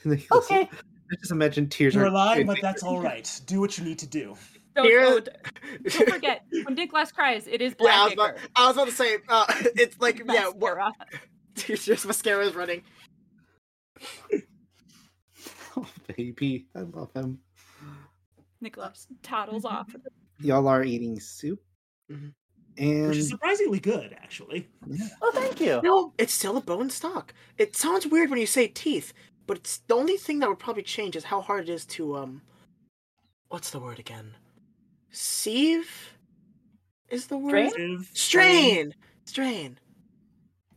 A: Nicholas,
B: Okay.
A: I just imagine tears.
G: You're
A: are-
G: alive, but that's all right. Do what you need to do.
E: Don't,
D: Here-
E: oh, d-
D: (laughs)
E: don't forget when Dick Glass cries, it is
D: yeah, I was,
E: black
D: about, I was about to say, uh, (laughs) it's like, yeah, what, (laughs)
E: mascara.
D: just mascara is running.
A: (laughs) Oh, baby, I love him.
E: Nicholas toddles off.
D: (laughs)
A: Y'all are eating soup,
D: Mhm.
A: and
G: Which is surprisingly good, actually.
B: Oh, thank you.
D: No, it's still a bone stock. It sounds weird when you say teeth, but it's the only thing that would probably change is how hard it is to um what's the word again? Sieve is the word.
B: Strain?
G: If- um,
D: Strain. Strain.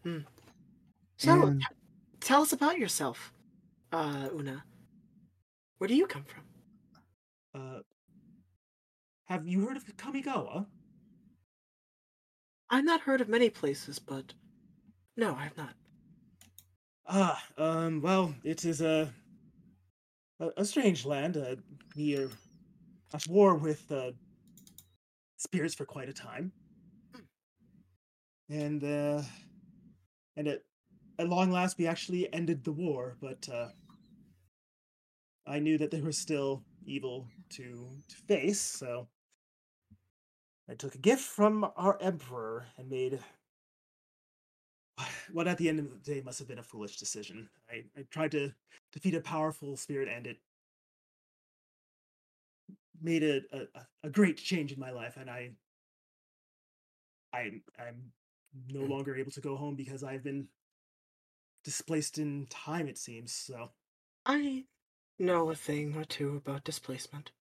D: Hmm. So
A: and-
D: tell us about yourself, uh, Una. Where do you come from?
G: Uh, have you heard of Kamigawa?
D: I've not heard of many places, but no, I have not.
G: Ah, um, well, it is a a, a strange land. Uh, we are at war with uh, spirits for quite a time, and uh, and at, at long last, we actually ended the war. But uh, I knew that there was still evil to to face, so I took a gift from our emperor and made (sighs) what at the end of the day must have been a foolish decision. I, I tried to defeat a powerful spirit and it made a, a, a- a great change in my life and I I'm I'm no longer able to go home because I've been displaced in time. It seems so.
D: I know a thing or two about displacement.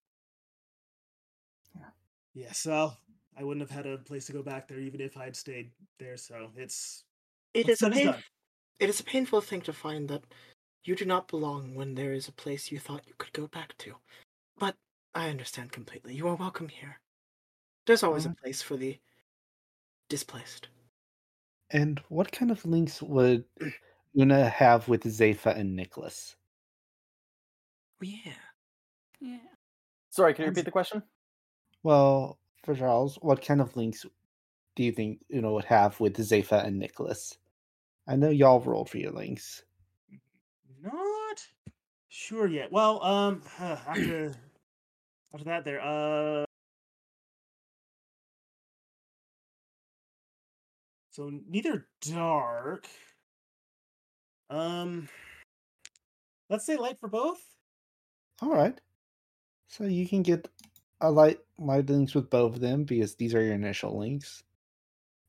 G: Yeah, so I wouldn't have had a place to go back there even if I'd stayed there. So it's
D: It is
G: What's
D: a
G: done is
D: pain-
G: done.
D: it is a painful thing to find that you do not belong when there is a place you thought you could go back to. But I understand completely. You are welcome here. There's always
A: Mm-hmm.
D: a place for the displaced.
A: And what kind of links would Una have with Zepha and Nicholas?
D: Oh, yeah.
E: Yeah.
B: Sorry, can you repeat the question?
A: Well, for Charles, what kind of links do you think Una would have with Zepha and Nicholas? I know y'all rolled for your links.
G: not sure yet. Well, um, (sighs) after after that, there, uh, so neither dark. Um, let's say light for both.
A: All right. So you can get a light light links with both of them because these are your initial links.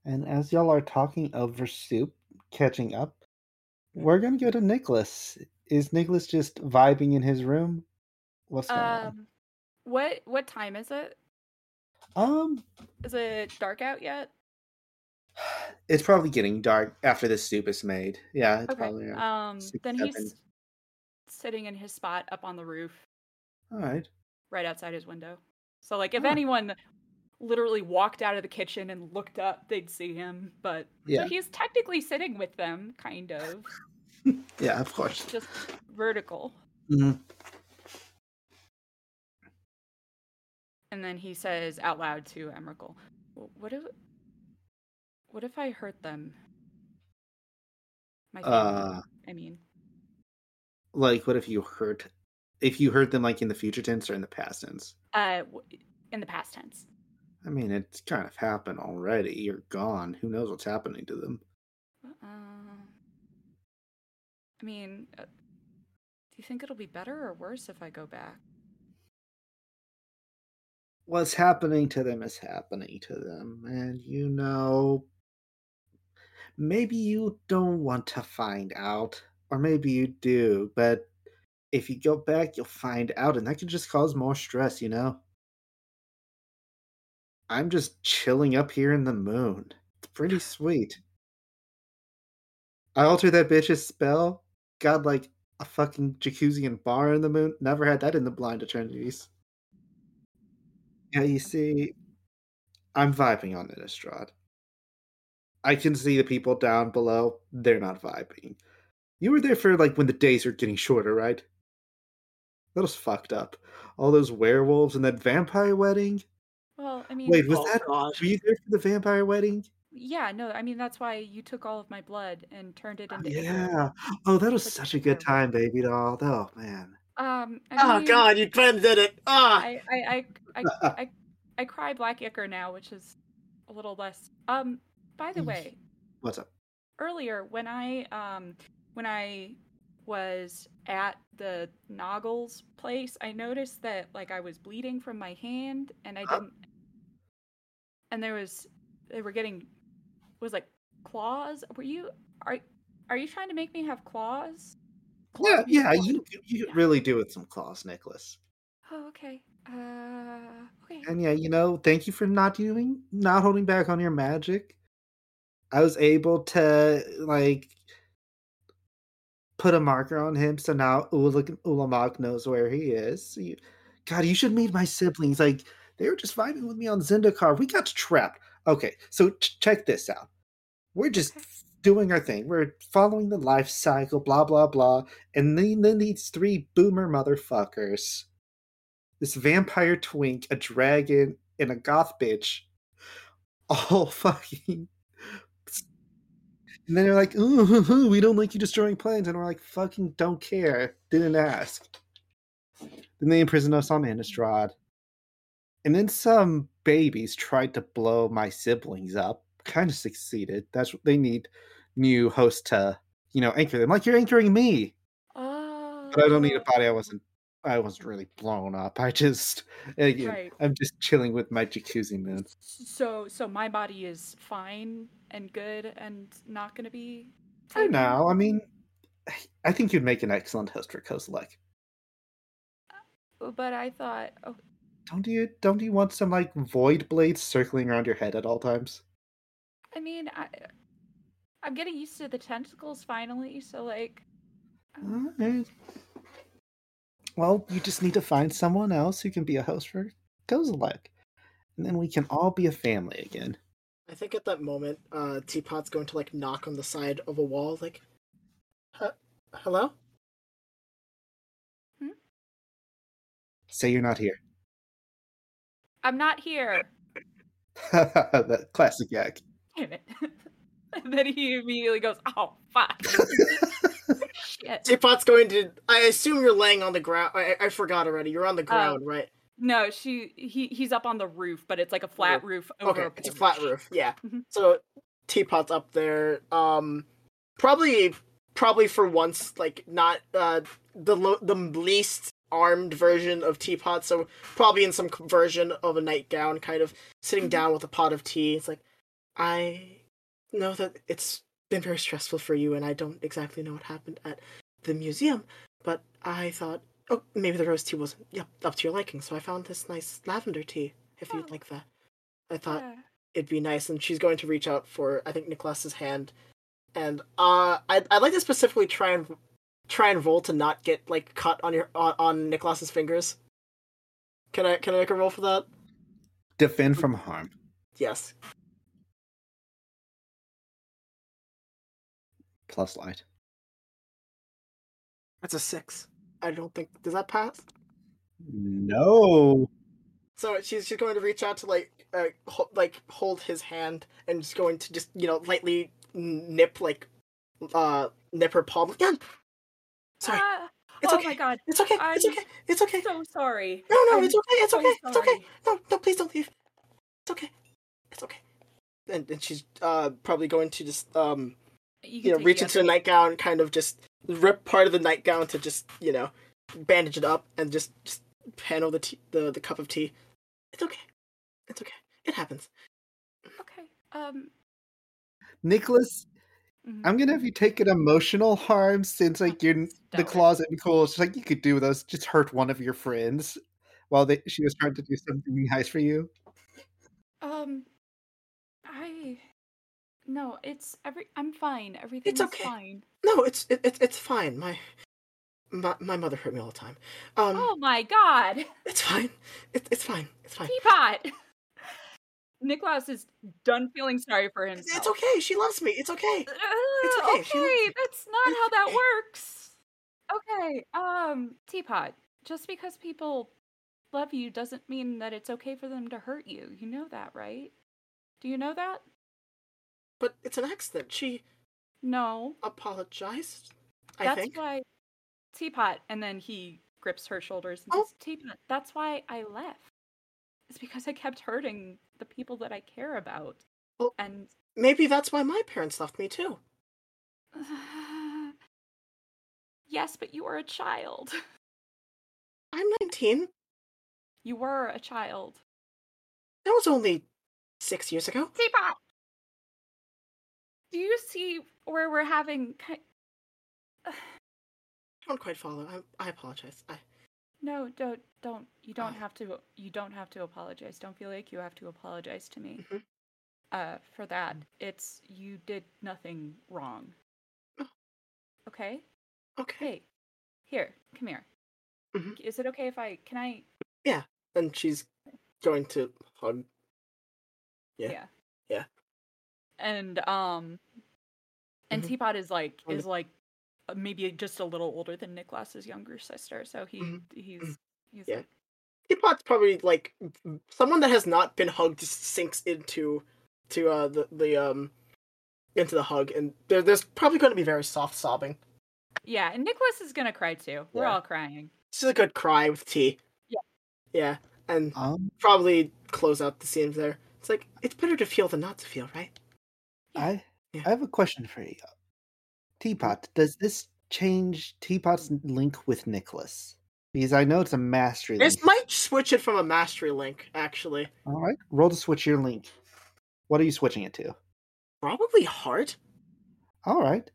A: And as y'all are talking over soup, catching up, we're gonna go to Nicholas. Is Nicholas just vibing in his room? What's going on?
E: Um, what what time is it?
A: Um,
E: Is it dark out yet?
A: it's probably getting dark after this soup is made. Yeah, it's
E: Okay.
A: probably.
G: Uh,
A: yeah.
E: Um,
A: Six,
E: then
A: seven.
E: he's sitting in his spot up on the roof,
A: All right.
E: right outside his window. So like, if
A: Ah.
E: anyone literally walked out of the kitchen and looked up, they'd see him. But
A: Yeah.
E: so he's technically sitting with them, kind of,
A: Yeah, of course.
E: just vertical.
A: Mhm.
E: And then he says out loud to Emrakul, "W- "What if? What if I hurt them? My family,
A: Uh,
E: I mean,
A: like, what if you hurt? If you hurt them, like in the future tense or in the past tense?
E: uh, w- in the past tense.
A: I mean, it's kind of happened already. You're gone. Who knows what's happening to them?
E: Um, I mean, uh, do you think it'll be better or worse if I go back?
A: What's happening to them is happening to them, and you know, maybe you don't want to find out, or maybe you do, but if you go back, you'll find out, and that can just cause more stress. You know. I'm just chilling up here in the moon. It's pretty sweet. I altered that bitch's spell. Got like a fucking jacuzzi and bar in the moon. Never had that in the blind eternities. Yeah, you see, I'm vibing on Innistrad. I can see the people down below. They're not vibing. You were there for like when the days are getting shorter, right? That was fucked up. All those werewolves and that vampire wedding.
E: Well, I mean,
A: Wait, was
D: Oh,
A: that?
D: God.
A: Were you there for the vampire wedding?
E: yeah, no, I mean that's why you took all of my blood and turned it into. ichor.
A: Uh, Yeah. Oh, that was
E: Such a
A: such a
E: vampire
A: good time, baby doll. Oh man.
E: Um. I
D: Oh
E: mean,
D: god, you Ben did it! Ah!
E: I I I I, I, I cry black ichor now, which is a little less. Um. By the
A: Mm.
E: way,
A: What's up?
E: earlier when I um when I was at the Noggles place, I noticed that like I was bleeding from my hand and I
D: Huh?
E: didn't and there was they were getting it was like claws. Were you are are you trying to make me have claws?
A: Yeah,
E: Claws?
A: yeah. You you could
E: Yeah.
A: really do with some claws, Nicholas.
E: Oh, okay. Uh okay.
A: And yeah, you know, thank you for not doing, not holding back on your magic. I was able to like put a marker on him, so now Ulamog Ulamog knows where he is. So you, God, you should meet my siblings. Like they were just vibing with me on Zendikar. We got trapped. Okay, so ch- check this out. We're just
E: Okay.
A: doing our thing. We're following the life cycle. Blah blah blah. And then, then these three boomer motherfuckers this vampire twink, a dragon, and a goth bitch. All (laughs) fucking. And then they're like, ooh, hoo, hoo, we don't like you destroying planes. And we're like, fucking don't care. Didn't ask. Then they imprisoned us on Innistrad. And then some babies tried to blow my siblings up. Kind of succeeded. That's what they need new hosts to, you know, anchor them. Like, you're anchoring me.
E: Oh
A: But I don't need a body I wasn't I wasn't really blown up. I just (laughs) again,
E: Right.
A: I'm just chilling with my jacuzzi moon.
E: So so my body is fine and good and not gonna be.
A: For
E: taken?
A: now, I mean, I think you'd make an excellent host for Kozilek.
E: But I thought, oh,
A: Don't you? Don't you want some like void blades circling around your head at all times?
E: I mean, I, I'm getting used to the tentacles finally. So like,
A: Alright. Well, you just need to find someone else who can be a host for Kozilek, and then we can all be a family again.
D: I think at that moment, uh, Teapot's going to like knock on the side of a wall, like, "Huh? "Hello?
A: Say you're not here. (laughs)
E: I'm not here.
A: that classic yak.
E: Damn it. (laughs) and then he immediately goes, oh fuck. (laughs) Shit.
D: Teapot's going to. I assume you're laying on the ground. I, I forgot already. You're on the ground, right?
E: No, she he he's up on the roof, but it's like a flat roof over
D: Okay,
E: a
D: it's a
E: porch.
D: flat roof. Yeah.
E: Mhm.
D: So Teapot's up there. Um, probably, probably for once, like not uh the lo- the least armed version of Teapot. So probably in some c- version of a nightgown, kind of sitting down with a pot of tea. It's like, I know that it's been very stressful for you, and I don't exactly know what happened at the museum, but I thought. Oh, maybe the rose tea wasn't yep, up to your liking, so I found this nice lavender tea, if
E: Oh.
D: you'd like that. I thought
E: Yeah.
D: it'd be nice and she's going to reach out for i think nicholas's hand and uh i'd, I'd like to specifically try and try and roll to not get like cut on your on, on nicholas's fingers can i can i make a roll for that
A: Defend from harm.
D: yes
A: Plus light.
D: that's a six i don't think does that pass
A: No.
D: so she's she's going to reach out to like uh, ho- like hold his hand and just going to just you know lightly n- nip like uh nip her palm again sorry
E: Ah,
D: it's
E: oh
D: okay
E: my god.
D: it's okay it's
E: I'm
D: okay it's okay
E: So sorry.
D: No, no,
E: I'm
D: it's okay, it's
E: so
D: okay, it's okay.
E: sorry.
D: No, no, please don't leave. It's okay. It's okay. And, and she's uh, probably going to just um,
E: You,
D: you
E: can
D: know
E: take
D: reach
E: yes.
D: into the nightgown, kind of just rip part of the nightgown to just you know bandage it up and just just handle the tea, the the cup of tea. It's okay. It's okay. It happens.
E: Okay. Um.
A: Nicholas,
E: mhm.
A: I'm gonna have you take an emotional harm since like you're the
E: Stellar.
A: claws and claws. Just like you could do those, just hurt one of your friends while they, she was trying to do something nice for you.
E: Um, I no, it's every. I'm fine. Everything's
D: okay.
E: fine.
D: No, it's it, it, it's fine. My my my mother hurt me all the time. Um,
E: Oh my god, (laughs)
D: it's fine. It, it's fine. It's fine.
E: teapot! Niklaus is done feeling sorry for himself.
D: It's okay. She loves me. It's okay.
E: Uh,
D: okay, she loves
E: okay,
D: you.
E: that's not
D: It's
E: how that
D: okay. (laughs)
E: works. Okay, um, teapot. Just because people love you doesn't mean that it's okay for them to hurt you. You know that, right? Do you know that?
D: But it's an accident. She
E: No.
D: apologized. I
E: that's
D: think.
E: why teapot and then he grips her shoulders and
D: Oh.
E: says teapot that's why i left it's because i kept hurting the people that i care about
D: Well-
E: and (sighs)
D: Maybe that's why my parents left me too.
E: yes but you were a child (laughs)
D: I'm 19.
E: you were a child
D: That was only six years ago.
E: teapot do you see where we're having ki-
D: I don't quite follow. I, I apologize. I,
E: no don't don't you don't
D: Oh.
E: have to you don't have to apologize don't feel like you have to apologize to me
D: Mhm.
E: uh for that
D: Mm.
E: it's you did nothing wrong
D: Oh.
E: okay
D: okay.
E: Hey, here, come here.
D: Mhm.
E: Is it okay if I can I?
D: And she's going to hug. Yeah. Yeah.
E: And um, and
D: Mhm.
E: Teapot is like
D: Kinda.
E: is like uh, maybe just a little older than Nicholas's younger sister, so he
D: Mhm.
E: he's he's
D: Yeah.
E: like
D: Teapot's probably like someone that has not been hugged sinks into to uh the, the um into the hug and there, there's probably going to be very soft sobbing.
E: yeah. And Nicholas is gonna cry too. We're
D: Yeah.
E: all crying.
D: This is a good cry with tea.
E: Yeah.
D: Yeah. And
A: Um,
D: probably close out the scene there. It's like it's better to feel than not to feel, right?
E: Yeah.
A: I
D: Yeah.
A: I have a question for you. Teapot, does this change Teapot's link with Nicholas?
I: Because I know it's a mastery
D: This
I: link.
D: might switch it from a mastery link, actually.
I: All right. Roll to switch your link. What are you switching it to?
D: Probably heart.
I: All right.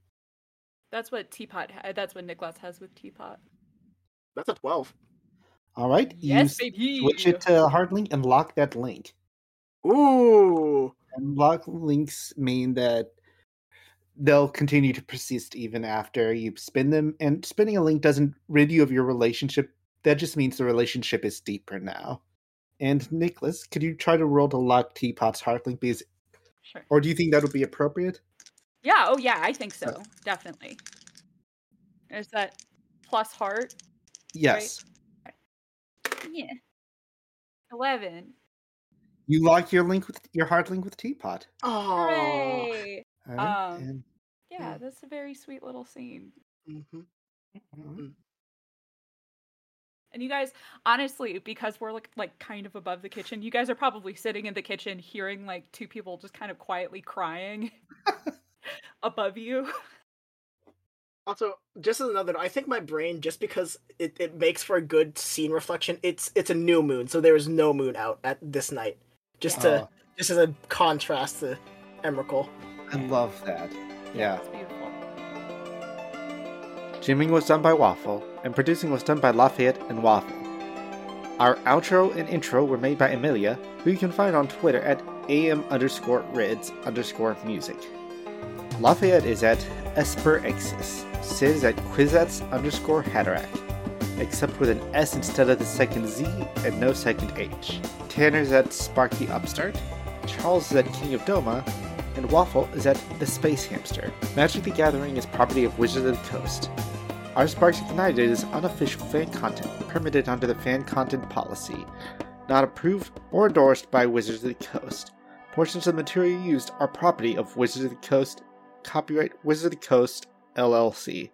E: That's what teapot. Ha- that's what Nicholas has with teapot.
D: That's a twelve.
I: All right.
E: Yes,
I: you
E: baby.
I: switch it to hard link and lock that link.
D: Ooh.
I: And lock links mean that they'll continue to persist even after you spin them. And spinning a link doesn't rid you of your relationship. That just means the relationship is deeper now. And Nicholas, could you try to roll to lock Teapot's heart link? Because,
E: Sure.
I: or do you think that would be appropriate?
E: Yeah. Oh, yeah. I think so. Definitely. Is that plus heart?
I: Yes.
E: Yeah. Eleven.
I: You lock your link with your heart link with Teapot.
D: Oh.
E: Hooray!
I: All right,
E: Um,
I: and-
E: Yeah,
I: Mm.
E: that's a very sweet little scene.
D: Mm-hmm.
E: And you guys, honestly, because we're like like kind of above the kitchen, you guys are probably sitting in the kitchen hearing like two people just kind of quietly
I: (laughs)
E: crying above you.
D: Also, just as another, note, I think my brain just because it, it makes for a good scene reflection. It's it's a new moon, so there is no moon out at this night. Just
I: uh,
D: to just as a contrast to Emrakul.
I: I love that. Yeah.
E: It's beautiful.
A: Jimming was done by Waffle, and producing was done by Lafayette and Waffle. Our outro and intro were made by Amelia, who you can find on Twitter at am underscore rids underscore music. Lafayette is at Esperexis, Sid is at Quizats underscore Hatterack, except with an S instead of the second Z and no second H. Tanner's at Sparky Upstart, Charles is at King of Doma, and Waffle is at The Space Hamster. Magic the Gathering is property of Wizards of the Coast. Our Sparks Ignited is unofficial fan content permitted under the fan content policy, not approved or endorsed by Wizards of the Coast. Portions of the material used are property of Wizards of the Coast, copyright Wizards of the Coast, LLC.